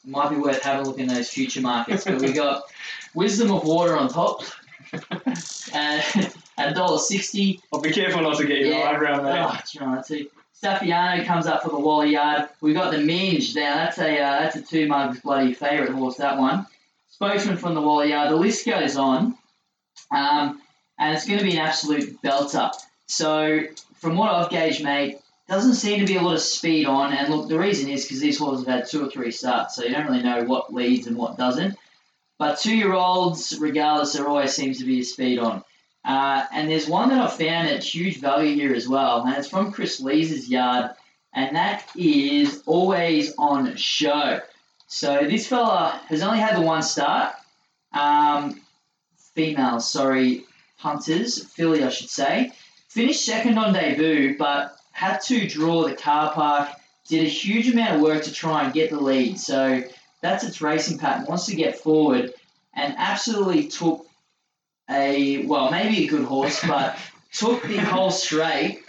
Speaker 1: it might be worth having a look in those future markets. But we got Wisdom of Water on top, Uh, and at $1.60.
Speaker 2: Well, be careful not to get your
Speaker 1: Yeah.
Speaker 2: eye around that.
Speaker 1: Oh, Toronto. Staffiano comes up for the Wally Yard. We've got the Minge now. That's a uh, that's a two mugs bloody favourite horse. That one. Spokesman from the Wally Yard. The list goes on, um, and it's going to be an absolute belter. So from what I've gauged, mate, doesn't seem to be a lot of speed on. And look, the reason is because these horses have had two or three starts, so you don't really know what leads and what doesn't. But two-year-olds, regardless, there always seems to be a speed on. Uh, and there's one that I found at huge value here as well, and it's from Chris Lees's yard, and that is always on show. So this fella has only had the one start. Um, female, sorry, punters, filly, I should say. Finished second on debut, but had to draw the car park. Did a huge amount of work to try and get the lead. So That's its racing pattern. Wants to get forward and absolutely took a well, maybe a good horse, but took the whole straight.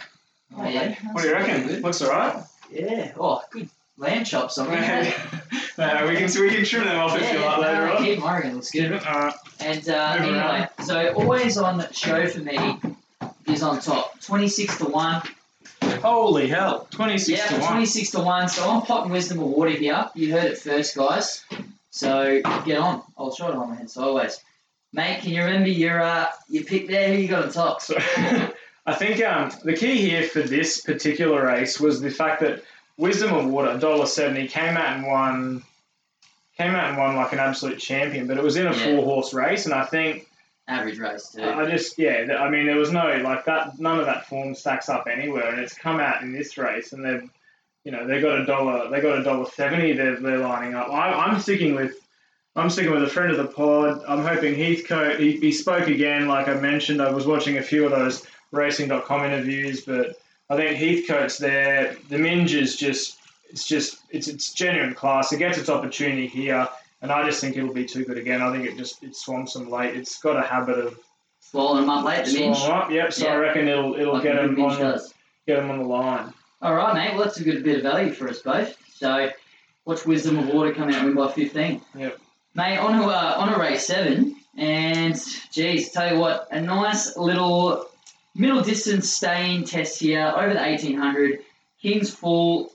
Speaker 1: Oh, yeah.
Speaker 2: What do you reckon?
Speaker 1: Good.
Speaker 2: Looks all right.
Speaker 1: Yeah. Oh, good lamb chops. I mean, yeah,
Speaker 2: no, we can we can trim them off if you
Speaker 1: yeah,
Speaker 2: like later
Speaker 1: no,
Speaker 2: on.
Speaker 1: keep Morgan looks good.
Speaker 2: All right.
Speaker 1: And uh,
Speaker 2: Move
Speaker 1: anyway,
Speaker 2: around.
Speaker 1: so always on show for me is on top, twenty six to one.
Speaker 2: Holy hell! Twenty six
Speaker 1: yeah,
Speaker 2: to one.
Speaker 1: twenty six to one. So I'm potting wisdom awarded here. You heard it first, guys. So get on. I'll try it on my head sideways. Mate, can you remember your uh, your pick there? Who you got on top?
Speaker 2: So I think um, the key here for this particular race was the fact that Wisdom of Water, dollar seventy, came out and won. Came out and won like an absolute champion, but it was in a
Speaker 1: Yeah.
Speaker 2: four horse race, and I think
Speaker 1: Average race too.
Speaker 2: I just yeah, th- I mean there was no like that. None of that form stacks up anywhere, and it's come out in this race, and they've you know they got a dollar, they got a dollar seventy. They're they're lining up. I, I'm sticking with. I'm sticking with a friend of the pod. I'm hoping Heathcote. He, he spoke again, like I mentioned. I was watching a few of those racing.com interviews, but I think Heathcote's there. The Minge is just, it's just, it's it's genuine class. It gets its opportunity here, and I just think it'll be too good again. I think it just it swamps them late. It's got a habit of
Speaker 1: Swallowing them up late, the
Speaker 2: Small
Speaker 1: minch.
Speaker 2: up, Yep. So
Speaker 1: Yeah.
Speaker 2: I reckon it'll it'll
Speaker 1: Like
Speaker 2: get
Speaker 1: a good
Speaker 2: him
Speaker 1: minch
Speaker 2: on the,
Speaker 1: does.
Speaker 2: get him on the line.
Speaker 1: All right, mate. Well, that's a good bit of value for us both. So watch Wisdom of Water come out and win by fifteen.
Speaker 2: Yep.
Speaker 1: Mate, on to, uh, on to race seven, and geez, tell you what, a nice little middle distance staying test here over the eighteen hundred. King's Fall,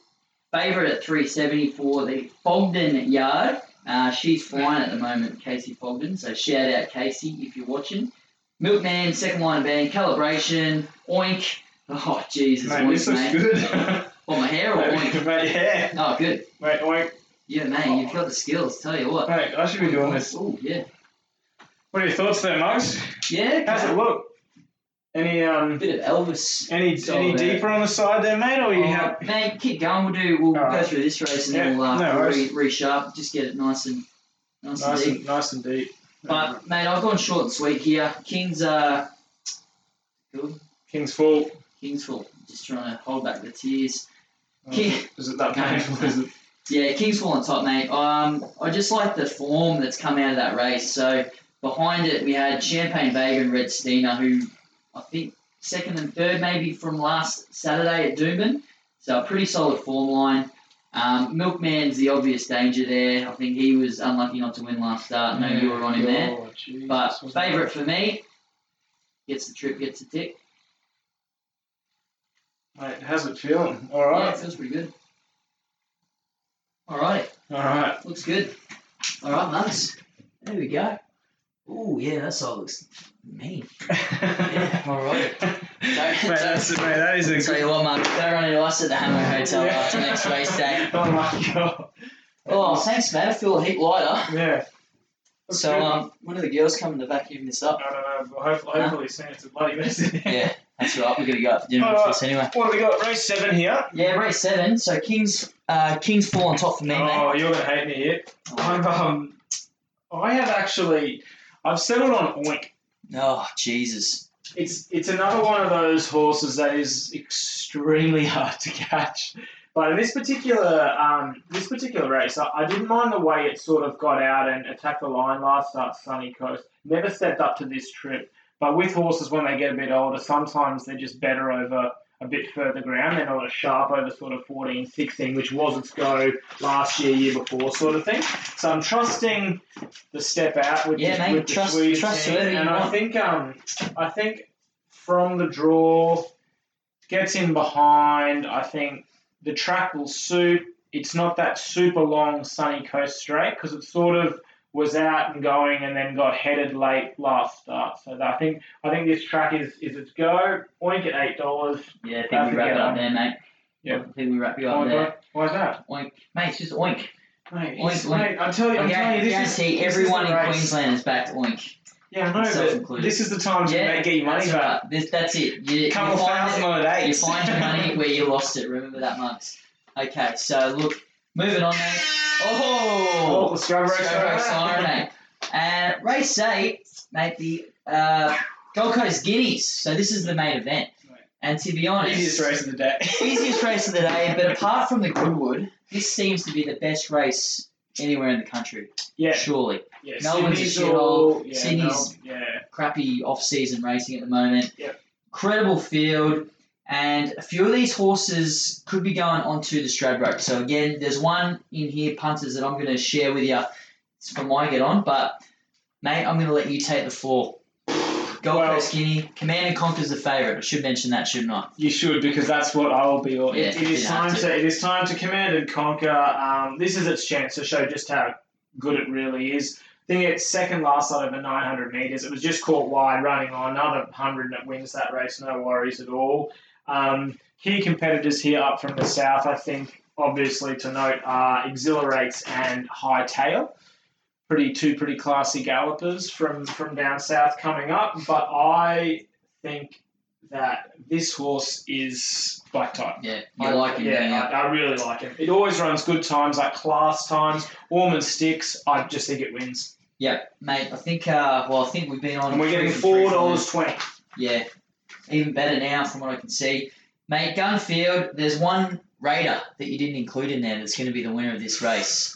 Speaker 1: favourite at three seventy for the Fogden Yard. Uh, she's flying at the moment, Casey Fogden. So shout out Casey if you're watching. Milkman, second line band, calibration, oink. Oh Jesus,
Speaker 2: Mate,
Speaker 1: oink,
Speaker 2: this looks
Speaker 1: mate.
Speaker 2: good.
Speaker 1: Oh, my hair or oink?
Speaker 2: mate, mate, yeah.
Speaker 1: Oh, good.
Speaker 2: Mate, oink.
Speaker 1: Yeah, mate, you've got the skills. Tell you what.
Speaker 2: Mate, I should be doing this.
Speaker 1: Oh, yeah.
Speaker 2: What are your thoughts there, Mugs?
Speaker 1: Yeah,
Speaker 2: How's it look? Any
Speaker 1: A
Speaker 2: um
Speaker 1: bit of Elvis.
Speaker 2: any
Speaker 1: So
Speaker 2: any
Speaker 1: there.
Speaker 2: deeper on the side there, mate, or you
Speaker 1: Oh,
Speaker 2: have
Speaker 1: mate, keep going. We'll do. We'll
Speaker 2: All
Speaker 1: go
Speaker 2: right.
Speaker 1: through this race and
Speaker 2: Yeah,
Speaker 1: then we'll uh,
Speaker 2: no
Speaker 1: we'll re
Speaker 2: worries.
Speaker 1: resharp. Just get it nice and nice,
Speaker 2: nice
Speaker 1: and deep.
Speaker 2: and nice and deep?
Speaker 1: But mate, I've gone short and sweet here. Kings uh, good.
Speaker 2: King's Fall.
Speaker 1: Kings fall. Just trying to hold back the tears.
Speaker 2: Oh,
Speaker 1: King,
Speaker 2: Is it that
Speaker 1: Okay.
Speaker 2: painful? Is it?
Speaker 1: yeah, Kings fall on top, mate. Um, I just like the form that's come out of that race. So behind it, we had Champagne Vega and Red Steiner, who I think second and third maybe from last Saturday at Doomben. So a pretty solid form line. Um, Milkman's the obvious danger there. I think he was unlucky not to win last start. No, you were on him there.
Speaker 2: Oh, Jesus,
Speaker 1: But
Speaker 2: wasn't it?
Speaker 1: favourite for me gets the trip, gets the tick.
Speaker 2: Mate, how's it feeling? All
Speaker 1: Yeah,
Speaker 2: right.
Speaker 1: feels pretty good. All right,
Speaker 2: All right.
Speaker 1: looks good. All right, mums. There we go. Oh yeah, that all looks mean. Yeah, all right.
Speaker 2: mate, that's, mate, that is a
Speaker 1: Tell you what, mum, don't run into us at the Hammer Hotel after next race day.
Speaker 2: Oh my god.
Speaker 1: Oh, thanks, mate. I feel a heap lighter.
Speaker 2: Yeah. Looks
Speaker 1: So,
Speaker 2: good.
Speaker 1: um, one of the girls coming to vacuum this up.
Speaker 2: I don't know. Hopefully,
Speaker 1: Huh?
Speaker 2: hopefully soon it's a bloody mess. in here.
Speaker 1: Yeah, that's right. We're gonna go up to dinner with this anyway.
Speaker 2: What have we got? Race seven here.
Speaker 1: Yeah, race seven. So Kings, uh, Kings fall on top for me, mate.
Speaker 2: oh, you're gonna hate me here. I've um, I have actually, I've settled on Oink.
Speaker 1: Oh Jesus.
Speaker 2: It's it's another one of those horses that is extremely hard to catch. But in this particular um, this particular race, I, I didn't mind the way it sort of got out and attacked the line last start, Sunny Coast. Never stepped up to this trip. But with horses, when they get a bit older, sometimes they're just better over a bit further ground. They're not as sharp over sort of 14, 16, which was its go last year, year before, sort of thing. So I'm trusting the step out with
Speaker 1: Yeah,
Speaker 2: the,
Speaker 1: mate,
Speaker 2: with the
Speaker 1: trust-
Speaker 2: Swede
Speaker 1: trust
Speaker 2: team.
Speaker 1: whoever you
Speaker 2: and I
Speaker 1: want.
Speaker 2: think um, I think from the draw, gets in behind. I think the track will suit. It's not that super long sunny coast straight because it sort of was out and going and then got headed late last start. So that- I think I think this track is is its go. Oink at eight dollars.
Speaker 1: Yeah, I
Speaker 2: That's
Speaker 1: think we wrap it
Speaker 2: together.
Speaker 1: up there, mate.
Speaker 2: Yeah.
Speaker 1: I think we wrap you
Speaker 2: Why
Speaker 1: up there.
Speaker 2: not? Why is that?
Speaker 1: Oink, mate. It's just oink.
Speaker 2: Mate,
Speaker 1: Oink,
Speaker 2: it's-
Speaker 1: oink.
Speaker 2: mate, I'm telling you, I'm
Speaker 1: I
Speaker 2: telling you,
Speaker 1: guarantee,
Speaker 2: this is
Speaker 1: guarantee
Speaker 2: this is
Speaker 1: everyone
Speaker 2: the
Speaker 1: in
Speaker 2: race.
Speaker 1: Queensland is back to oink.
Speaker 2: Yeah, I know, but
Speaker 1: self-included.
Speaker 2: this is the time to
Speaker 1: Yeah,
Speaker 2: make get your money
Speaker 1: that's
Speaker 2: back.
Speaker 1: right. This, that's it. You,
Speaker 2: Couple
Speaker 1: you find
Speaker 2: thousand
Speaker 1: it,
Speaker 2: on it,
Speaker 1: You
Speaker 2: eight.
Speaker 1: find your money where you lost it. Remember that, mugs. Okay, so look, moving on, mate.
Speaker 2: Oh,
Speaker 1: Oh,
Speaker 2: the Scarborough
Speaker 1: Scarborough siren, mate. And race eight, mate, the uh, Gold Coast Guineas. So this is the main event.
Speaker 2: Right.
Speaker 1: And to be honest,
Speaker 2: Easiest race of the day.
Speaker 1: easiest race of the day. But apart from the Goodwood, this seems to be the best race anywhere in the country.
Speaker 2: Yeah,
Speaker 1: Surely.
Speaker 2: yeah.
Speaker 1: Melbourne's a
Speaker 2: Sydney's
Speaker 1: shithole.
Speaker 2: all- Yeah,
Speaker 1: Sydney's-
Speaker 2: Mel- yeah.
Speaker 1: Crappy off-season racing at the moment.
Speaker 2: Yep.
Speaker 1: Incredible field. And a few of these horses could be going onto the Stradbroke. So again, there's one in here, punters, that I'm going to share with you. It's for my get on, but mate, I'm going to let you take the floor. Gold
Speaker 2: Well-
Speaker 1: Coast Guinea, Command and Conquer's the favourite. I should mention that, shouldn't I?
Speaker 2: You should because that's what I will be. All
Speaker 1: Yeah,
Speaker 2: it, it
Speaker 1: you
Speaker 2: is
Speaker 1: have
Speaker 2: time to.
Speaker 1: to.
Speaker 2: It is time to command and conquer. Um, this is its chance to show just how good it really is. I think it's second last out of the 900 meters. It was just caught wide, running on another 100, and it wins that race. No worries at all. Um, key competitors here up from the south, I think, obviously to note are Exhilarates and High Tail. Pretty two pretty classy gallopers from from down south coming up, but I think that this horse is Black Titan.
Speaker 1: Yeah,
Speaker 2: I-
Speaker 1: you like him, don't you?
Speaker 2: Yeah, I, I really like him. It always runs good times, like class times, Ormond sticks. I just think it wins.
Speaker 1: Mate, I think uh, well, I think we've been on.
Speaker 2: And we're getting
Speaker 1: three for three
Speaker 2: four
Speaker 1: for
Speaker 2: dollars twenty.
Speaker 1: this. Yeah, even better now from what I can see, mate. Gunfield, there's one raider that you didn't include in there that's going to be the winner of this race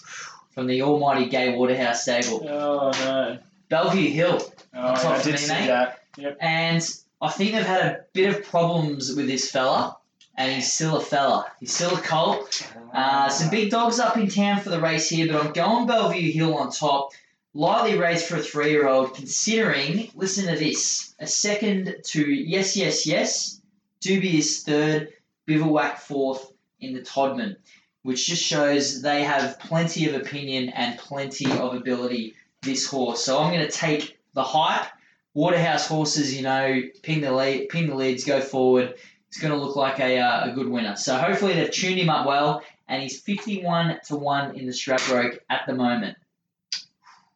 Speaker 1: from the almighty Gay Waterhouse stable,
Speaker 2: Oh no!
Speaker 1: Bellevue Hill,
Speaker 2: Oh,
Speaker 1: That's not
Speaker 2: yeah, I
Speaker 1: for me,
Speaker 2: did see
Speaker 1: mate.
Speaker 2: that.
Speaker 1: and I think they've had a bit of problems with this fella, and he's still a fella. He's still a colt. Uh, some big dogs up in town for the race here, but I'm going Bellevue Hill on top. Lightly raised for a three year old, considering, listen to this, a second to Yes, Yes, Yes, Doobie is third, Bivouac fourth in the Todman, which just shows they have plenty of opinion and plenty of ability, this horse. So I'm going to take the hype. Waterhouse horses, you know, pin the lead, pin the leads, go forward. It's going to look like a, uh, a good winner. So hopefully they've tuned him up well and he's 51 to 1 in the Stradbroke at the moment.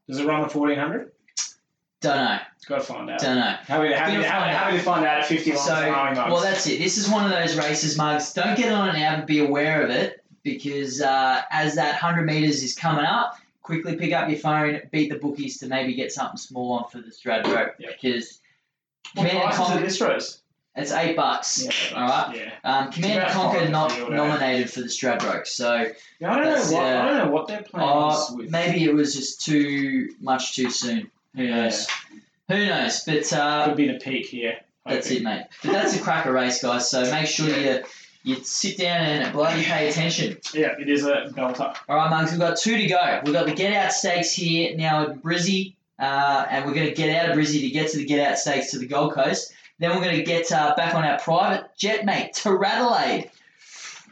Speaker 2: Does it run the fourteen hundred?
Speaker 1: Don't know.
Speaker 2: Got to find out.
Speaker 1: Don't know.
Speaker 2: Happy, happy,
Speaker 1: Gonna
Speaker 2: happy,
Speaker 1: find
Speaker 2: happy to find out at fifty
Speaker 1: So,
Speaker 2: miles an hour. Muggs.
Speaker 1: Well, that's it. This is one of those races, Mugs. Don't get on it now, but be aware of it because uh, as that 100 metres is coming up, quickly pick up your phone, beat the bookies to maybe get something small on for the Stradbroke
Speaker 2: Yeah.
Speaker 1: because
Speaker 2: what
Speaker 1: Command and
Speaker 2: price is it
Speaker 1: Conquer,
Speaker 2: this race?
Speaker 1: it's 8 bucks.
Speaker 2: Yeah,
Speaker 1: all right.
Speaker 2: Yeah.
Speaker 1: Um, Command and
Speaker 2: about
Speaker 1: Conquer
Speaker 2: five
Speaker 1: not
Speaker 2: for the order.
Speaker 1: nominated for the Stradbroke, so
Speaker 2: Yeah, I don't
Speaker 1: That's,
Speaker 2: know what
Speaker 1: uh,
Speaker 2: I don't know what their plan
Speaker 1: uh,
Speaker 2: is with.
Speaker 1: maybe it was just too much too soon. Who
Speaker 2: Yeah.
Speaker 1: knows? Who knows? But uh,
Speaker 2: could be the peak here.
Speaker 1: That's
Speaker 2: hoping.
Speaker 1: it, mate. But that's a cracker race, guys. So make sure you you sit down and bloody pay attention.
Speaker 2: Yeah, it is a belter.
Speaker 1: All right, Mugs, we've got two to go. We've got the get out stakes here now at Brizzy, uh, and we're going to get out of Brizzy to get to the get out stakes to the Gold Coast. Then we're going to get uh, back on our private jet, mate, to Radelaide.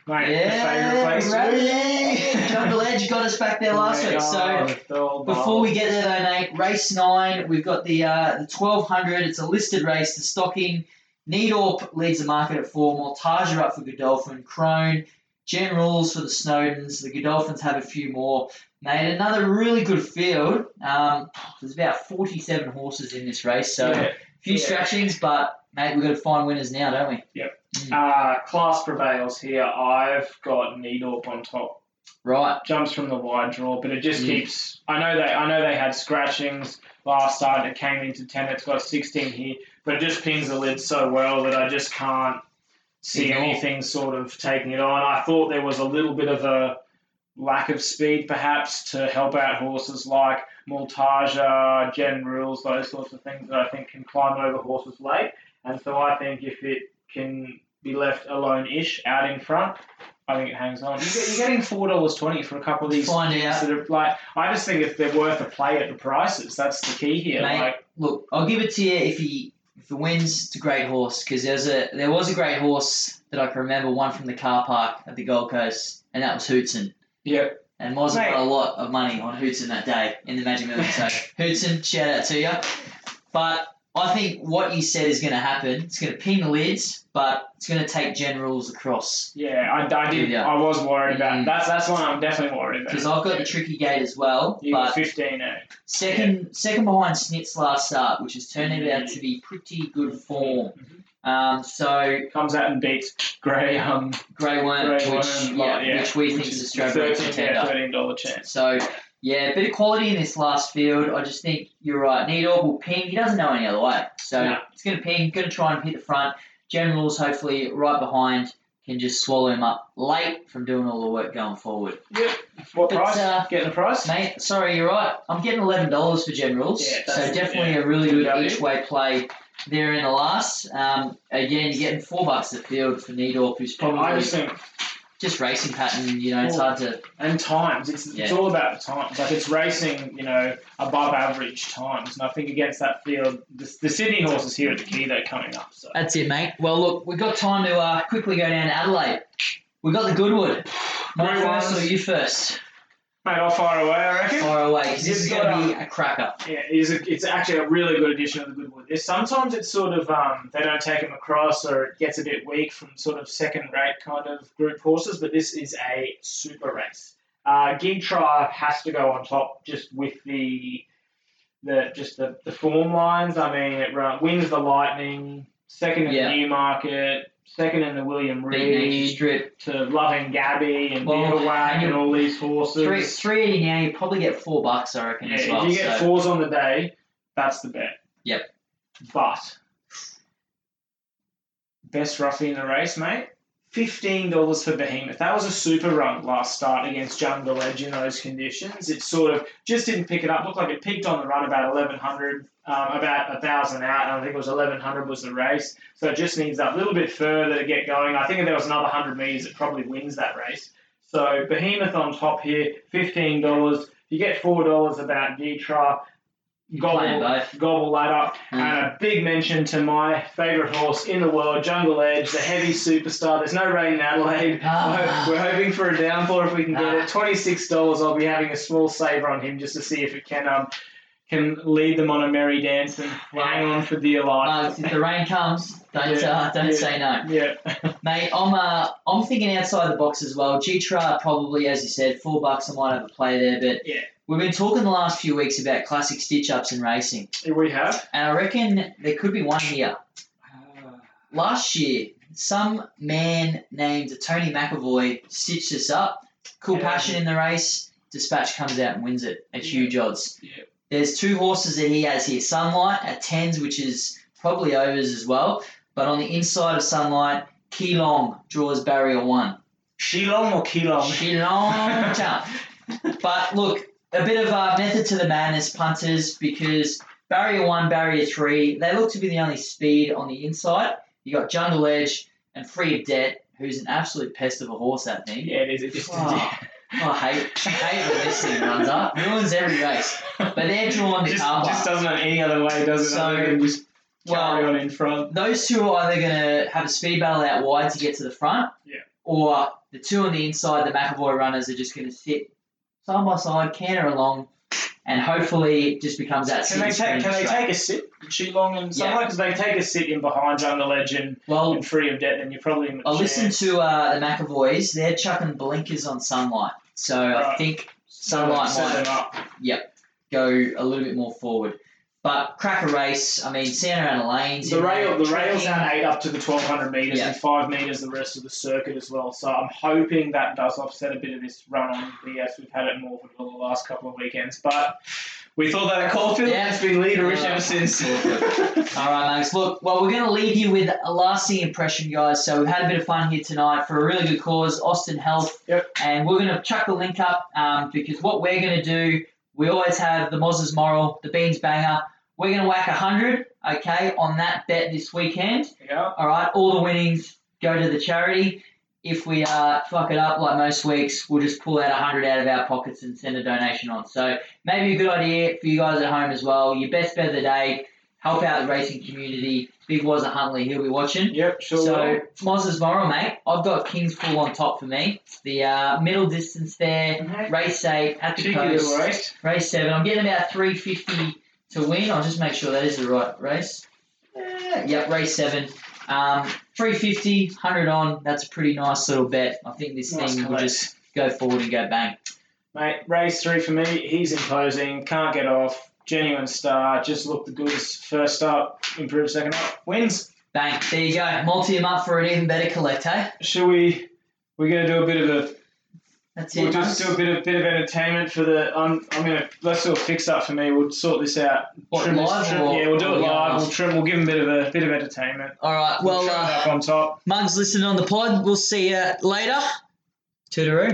Speaker 2: Mate,
Speaker 1: yeah,
Speaker 2: your favourite place.
Speaker 1: Radelaide. Jump the ledge, you got us back there last week. So Before we get there though, Nate, race nine, we've got the uh, the twelve hundred. It's a listed race. The stocking, Needorp leads the market at four. Mortaja up for Godolphin. Crone, Generals for the Snowdens. The Godolphins have a few more. Mate, another really good field. Um, there's about forty-seven horses in this race, so a
Speaker 2: yeah.
Speaker 1: few
Speaker 2: Yeah.
Speaker 1: scratchings, but mate, we've got to find winners now, don't we?
Speaker 2: uh, class prevails here. I've got Needorp on top.
Speaker 1: Right.
Speaker 2: Jumps from the wide draw, but it just
Speaker 1: Mm.
Speaker 2: keeps. I know they. I know they had scratchings last start. It came into ten. It's got sixteen here, but it just pins the lid so well that I just can't see
Speaker 1: Ignore.
Speaker 2: anything sort of taking it on. I thought there was a little bit of a lack of speed, perhaps, to help out horses like Multaja, Gen Rules, those sorts of things that I think can climb over horses late. And so I think if it can be left alone ish out in front, I think it hangs on. You get, you're getting four dollars twenty for a couple of these
Speaker 1: Find
Speaker 2: things
Speaker 1: out.
Speaker 2: that are like. I just think if they're worth a play at the prices, that's the key here.
Speaker 1: Mate,
Speaker 2: like,
Speaker 1: look, I'll give it to you if he if he wins, it's a great horse because there's a there was a great horse that I can remember, one from the car park at the Gold Coast, and that was Hootson.
Speaker 2: yeah,
Speaker 1: And Moz got
Speaker 2: Mate.
Speaker 1: a lot of money on Hootson that day in the Magic Million. So Hootson, shout out to you. But I think what you said is going to happen. It's going to pin the lids, but it's going to take generals across
Speaker 2: yeah. I, I did.
Speaker 1: Yeah.
Speaker 2: I was worried about.
Speaker 1: Mm.
Speaker 2: That's that's one I'm definitely worried about.
Speaker 1: because I've got the tricky gate as well.
Speaker 2: You
Speaker 1: but
Speaker 2: got fifteen. eh?
Speaker 1: Second, second behind Snit's last start, which has turned out to be pretty good form. Um, so
Speaker 2: Comes out and beats Grey um,
Speaker 1: Grey Worm,
Speaker 2: Grey
Speaker 1: which,
Speaker 2: Worm,
Speaker 1: yeah,
Speaker 2: like, yeah,
Speaker 1: which we
Speaker 2: which
Speaker 1: think is a
Speaker 2: is
Speaker 1: Stradbroke
Speaker 2: thirteen, yeah,
Speaker 1: contender.
Speaker 2: thirteen dollar chance.
Speaker 1: So yeah, a bit of quality in this last field. I just think you're right. Needle will ping. He doesn't know any other way, so
Speaker 2: No.
Speaker 1: it's going to ping. Going to try and hit the front. Generals hopefully right behind. can just swallow him up late from doing all the work going forward. But,
Speaker 2: What price?
Speaker 1: uh,
Speaker 2: Getting a price?
Speaker 1: Mate, sorry, you're right. I'm getting eleven dollars for generals,
Speaker 2: Yeah,
Speaker 1: so
Speaker 2: that's-
Speaker 1: definitely
Speaker 2: yeah.
Speaker 1: a really good
Speaker 2: Value.
Speaker 1: each way play there in the last. Um, again, you're getting four bucks at field for Needorf, who's probably
Speaker 2: I just think,
Speaker 1: just racing pattern. You know, it's hard to.
Speaker 2: and times. It's, it's
Speaker 1: Yeah.
Speaker 2: all about the times. Like it's racing, you know, above average times. And I think against that field, the, the Sydney horses here at the key though coming up. So
Speaker 1: That's it, mate. Well, look, we've got time to uh, quickly go down to Adelaide. We've got the Goodwood. My
Speaker 2: Great
Speaker 1: first
Speaker 2: ones.
Speaker 1: or you first?
Speaker 2: mate, I'll fire away. I reckon.
Speaker 1: Far away, 'cause this is
Speaker 2: You've
Speaker 1: going
Speaker 2: got,
Speaker 1: to be a cracker.
Speaker 2: Yeah, it is a, it's actually a really good addition of the Goodwood. It's, sometimes it's sort of um, they don't take them across, or it gets a bit weak from sort of second-rate kind of group horses. But this is a super race. Uh, Gig Tribe has to go on top just with the the just the, the form lines. I mean, it run, wins the Lightning, second in
Speaker 1: Yeah.
Speaker 2: the Newmarket, second in the William
Speaker 1: Beat Nation
Speaker 2: Reed,
Speaker 1: Strip.
Speaker 2: to Loving Gabby and
Speaker 1: Well,
Speaker 2: Beetleway
Speaker 1: and
Speaker 2: and,
Speaker 1: you-
Speaker 2: all these horses.
Speaker 1: Three, three eighty now. You probably get four bucks, I reckon,
Speaker 2: Yeah,
Speaker 1: as well.
Speaker 2: if you get
Speaker 1: so
Speaker 2: fours on the day, that's the bet.
Speaker 1: Yep.
Speaker 2: But best roughie in the race, mate. Fifteen dollars for Behemoth. That was a super run last start against Jungle Edge in those conditions. It sort of just didn't pick it up. Looked like it peaked on the run about eleven hundred, um, about thousand out, and I think it was eleven hundred was the race. So it just needs that little bit further to get going. I think if there was another hundred meters, it probably wins that race. So Behemoth on top here, fifteen dollars. You get four dollars about Gitra.
Speaker 1: playing
Speaker 2: Gobble,
Speaker 1: both.
Speaker 2: gobble that up.
Speaker 1: Mm.
Speaker 2: And a big mention to my favourite horse in the world, Jungle Edge, the heavy superstar. There's no rain in Adelaide.
Speaker 1: Ah.
Speaker 2: We're hoping for a downpour if we can get
Speaker 1: Ah.
Speaker 2: it. Twenty-six dollars. I'll be having a small saver on him just to see if it can um can lead them on a merry dance and hang on for dear life.
Speaker 1: Mugs, Ah, if the rain comes, don't
Speaker 2: Yeah,
Speaker 1: uh, don't
Speaker 2: yeah.
Speaker 1: say no,
Speaker 2: yeah.
Speaker 1: mate. I'm uh, I'm thinking outside the box as well. Gitra probably, as you said, four bucks. I might have a play there, but
Speaker 2: Yeah.
Speaker 1: we've been talking the last few weeks about classic stitch ups in racing,
Speaker 2: Here we have.
Speaker 1: and I reckon there could be one here. Ah. Last year, some man named Tony McAvoy stitched this up. Cool
Speaker 2: Yeah.
Speaker 1: passion in the race. Dispatch comes out and wins it at
Speaker 2: Yeah.
Speaker 1: huge odds.
Speaker 2: Yeah.
Speaker 1: There's two horses that he has here Sunlight at 10s, which is probably overs as well. But on the inside of Sunlight, Keelong draws barrier one.
Speaker 2: Shilong or Keelong?
Speaker 1: Keelong jump. But look, a bit of a method to the madness, punters, because barrier one, barrier three, they look to be the only speed on the inside. You got Jungle Edge and Free of Debt, who's an absolute pest of a horse, that thing.
Speaker 2: Yeah, it is. It just
Speaker 1: Oh, I hate, hate when this thing runs up. Ruins every race. But they're drawn to
Speaker 2: just,
Speaker 1: cover.
Speaker 2: just doesn't have any other way, does it?
Speaker 1: So,
Speaker 2: Other than just
Speaker 1: well,
Speaker 2: carry on in front.
Speaker 1: those two are either going to have a speed battle out wide to get to the front,
Speaker 2: Yeah.
Speaker 1: or the two on the inside, the McAvoy runners, are just going to sit side by side, canter along, and hopefully it just becomes that
Speaker 2: Can they
Speaker 1: sit
Speaker 2: take?
Speaker 1: and
Speaker 2: Can they
Speaker 1: straight.
Speaker 2: take a sit? Shilong and
Speaker 1: Yeah.
Speaker 2: something because they take a sit in behind Jungle Legend
Speaker 1: Well,
Speaker 2: and Free of Debt, then you're probably in with
Speaker 1: I
Speaker 2: a
Speaker 1: listened
Speaker 2: chance.
Speaker 1: to uh, the McAvoys. They're chucking blinkers on sunlight, so I
Speaker 2: Right.
Speaker 1: think sunlight
Speaker 2: Someone set
Speaker 1: might
Speaker 2: them up.
Speaker 1: go a little bit more forward. But crack a race. I mean, Santa Ana Lanes.
Speaker 2: The
Speaker 1: in
Speaker 2: rail,
Speaker 1: there,
Speaker 2: the rails
Speaker 1: trekking.
Speaker 2: at eight up to the 1200 meters
Speaker 1: Yeah.
Speaker 2: and five meters the rest of the circuit as well. So I'm hoping that does offset a bit of this run on BS. We've had it more for the last couple of weekends, but we thought that at Caulfield
Speaker 1: Yeah.
Speaker 2: has been leaderish
Speaker 1: Yeah.
Speaker 2: ever since.
Speaker 1: All right, mates. Look, well, we're going to leave you with a lasting impression, guys. So we've had a bit of fun here tonight for a really good cause, Austin Health.
Speaker 2: Yep.
Speaker 1: And we're going to chuck the link up um, because what we're going to do, we always have the Moz's Moral, the Beans Banger. We're going to whack 100, okay, on that bet this weekend.
Speaker 2: yeah.
Speaker 1: All right, all the winnings go to the charity. If we uh, fuck it up like most weeks, we'll just pull out 100 out of our pockets and send a donation on. So maybe a good idea for you guys at home as well. Your best bet of the day, help out the racing community. Big Wazza Huntley, he'll be watching.
Speaker 2: Yep, sure.
Speaker 1: So Moz's moral, mate. I've got King's Full on top for me. The uh, middle distance there, race safe at the
Speaker 2: Cheeky
Speaker 1: coast.
Speaker 2: little race.
Speaker 1: Race seven. I'm getting about three fifty to win. I'll just make sure that is the right race. Eh, yep, race seven. Um, 350, 100 on. That's a pretty nice little bet. I think this
Speaker 2: Nice
Speaker 1: thing will
Speaker 2: colours.
Speaker 1: just go forward and go bang.
Speaker 2: Mate, race three for me. He's imposing. Can't get off. Genuine star. Just looked the goods. First up. Improved second up. Wins.
Speaker 1: Bang. There you go. Multi him up for an even better collect, hey?
Speaker 2: Shall we? We're going to do a bit of a
Speaker 1: That's
Speaker 2: We'll
Speaker 1: it.
Speaker 2: just do a bit of bit of entertainment for the. I'm I'm gonna let's do a fix up for me. We'll sort this out.
Speaker 1: What,
Speaker 2: Trim this-
Speaker 1: live
Speaker 2: trim-
Speaker 1: or-
Speaker 2: yeah, we'll do
Speaker 1: or
Speaker 2: it
Speaker 1: the
Speaker 2: live.
Speaker 1: other?
Speaker 2: We'll trim. We'll give them a bit of a bit of entertainment.
Speaker 1: All right.
Speaker 2: We'll
Speaker 1: Well,
Speaker 2: trim it
Speaker 1: uh,
Speaker 2: up on top.
Speaker 1: mugs listening on the pod. We'll see you later. Tootaroo.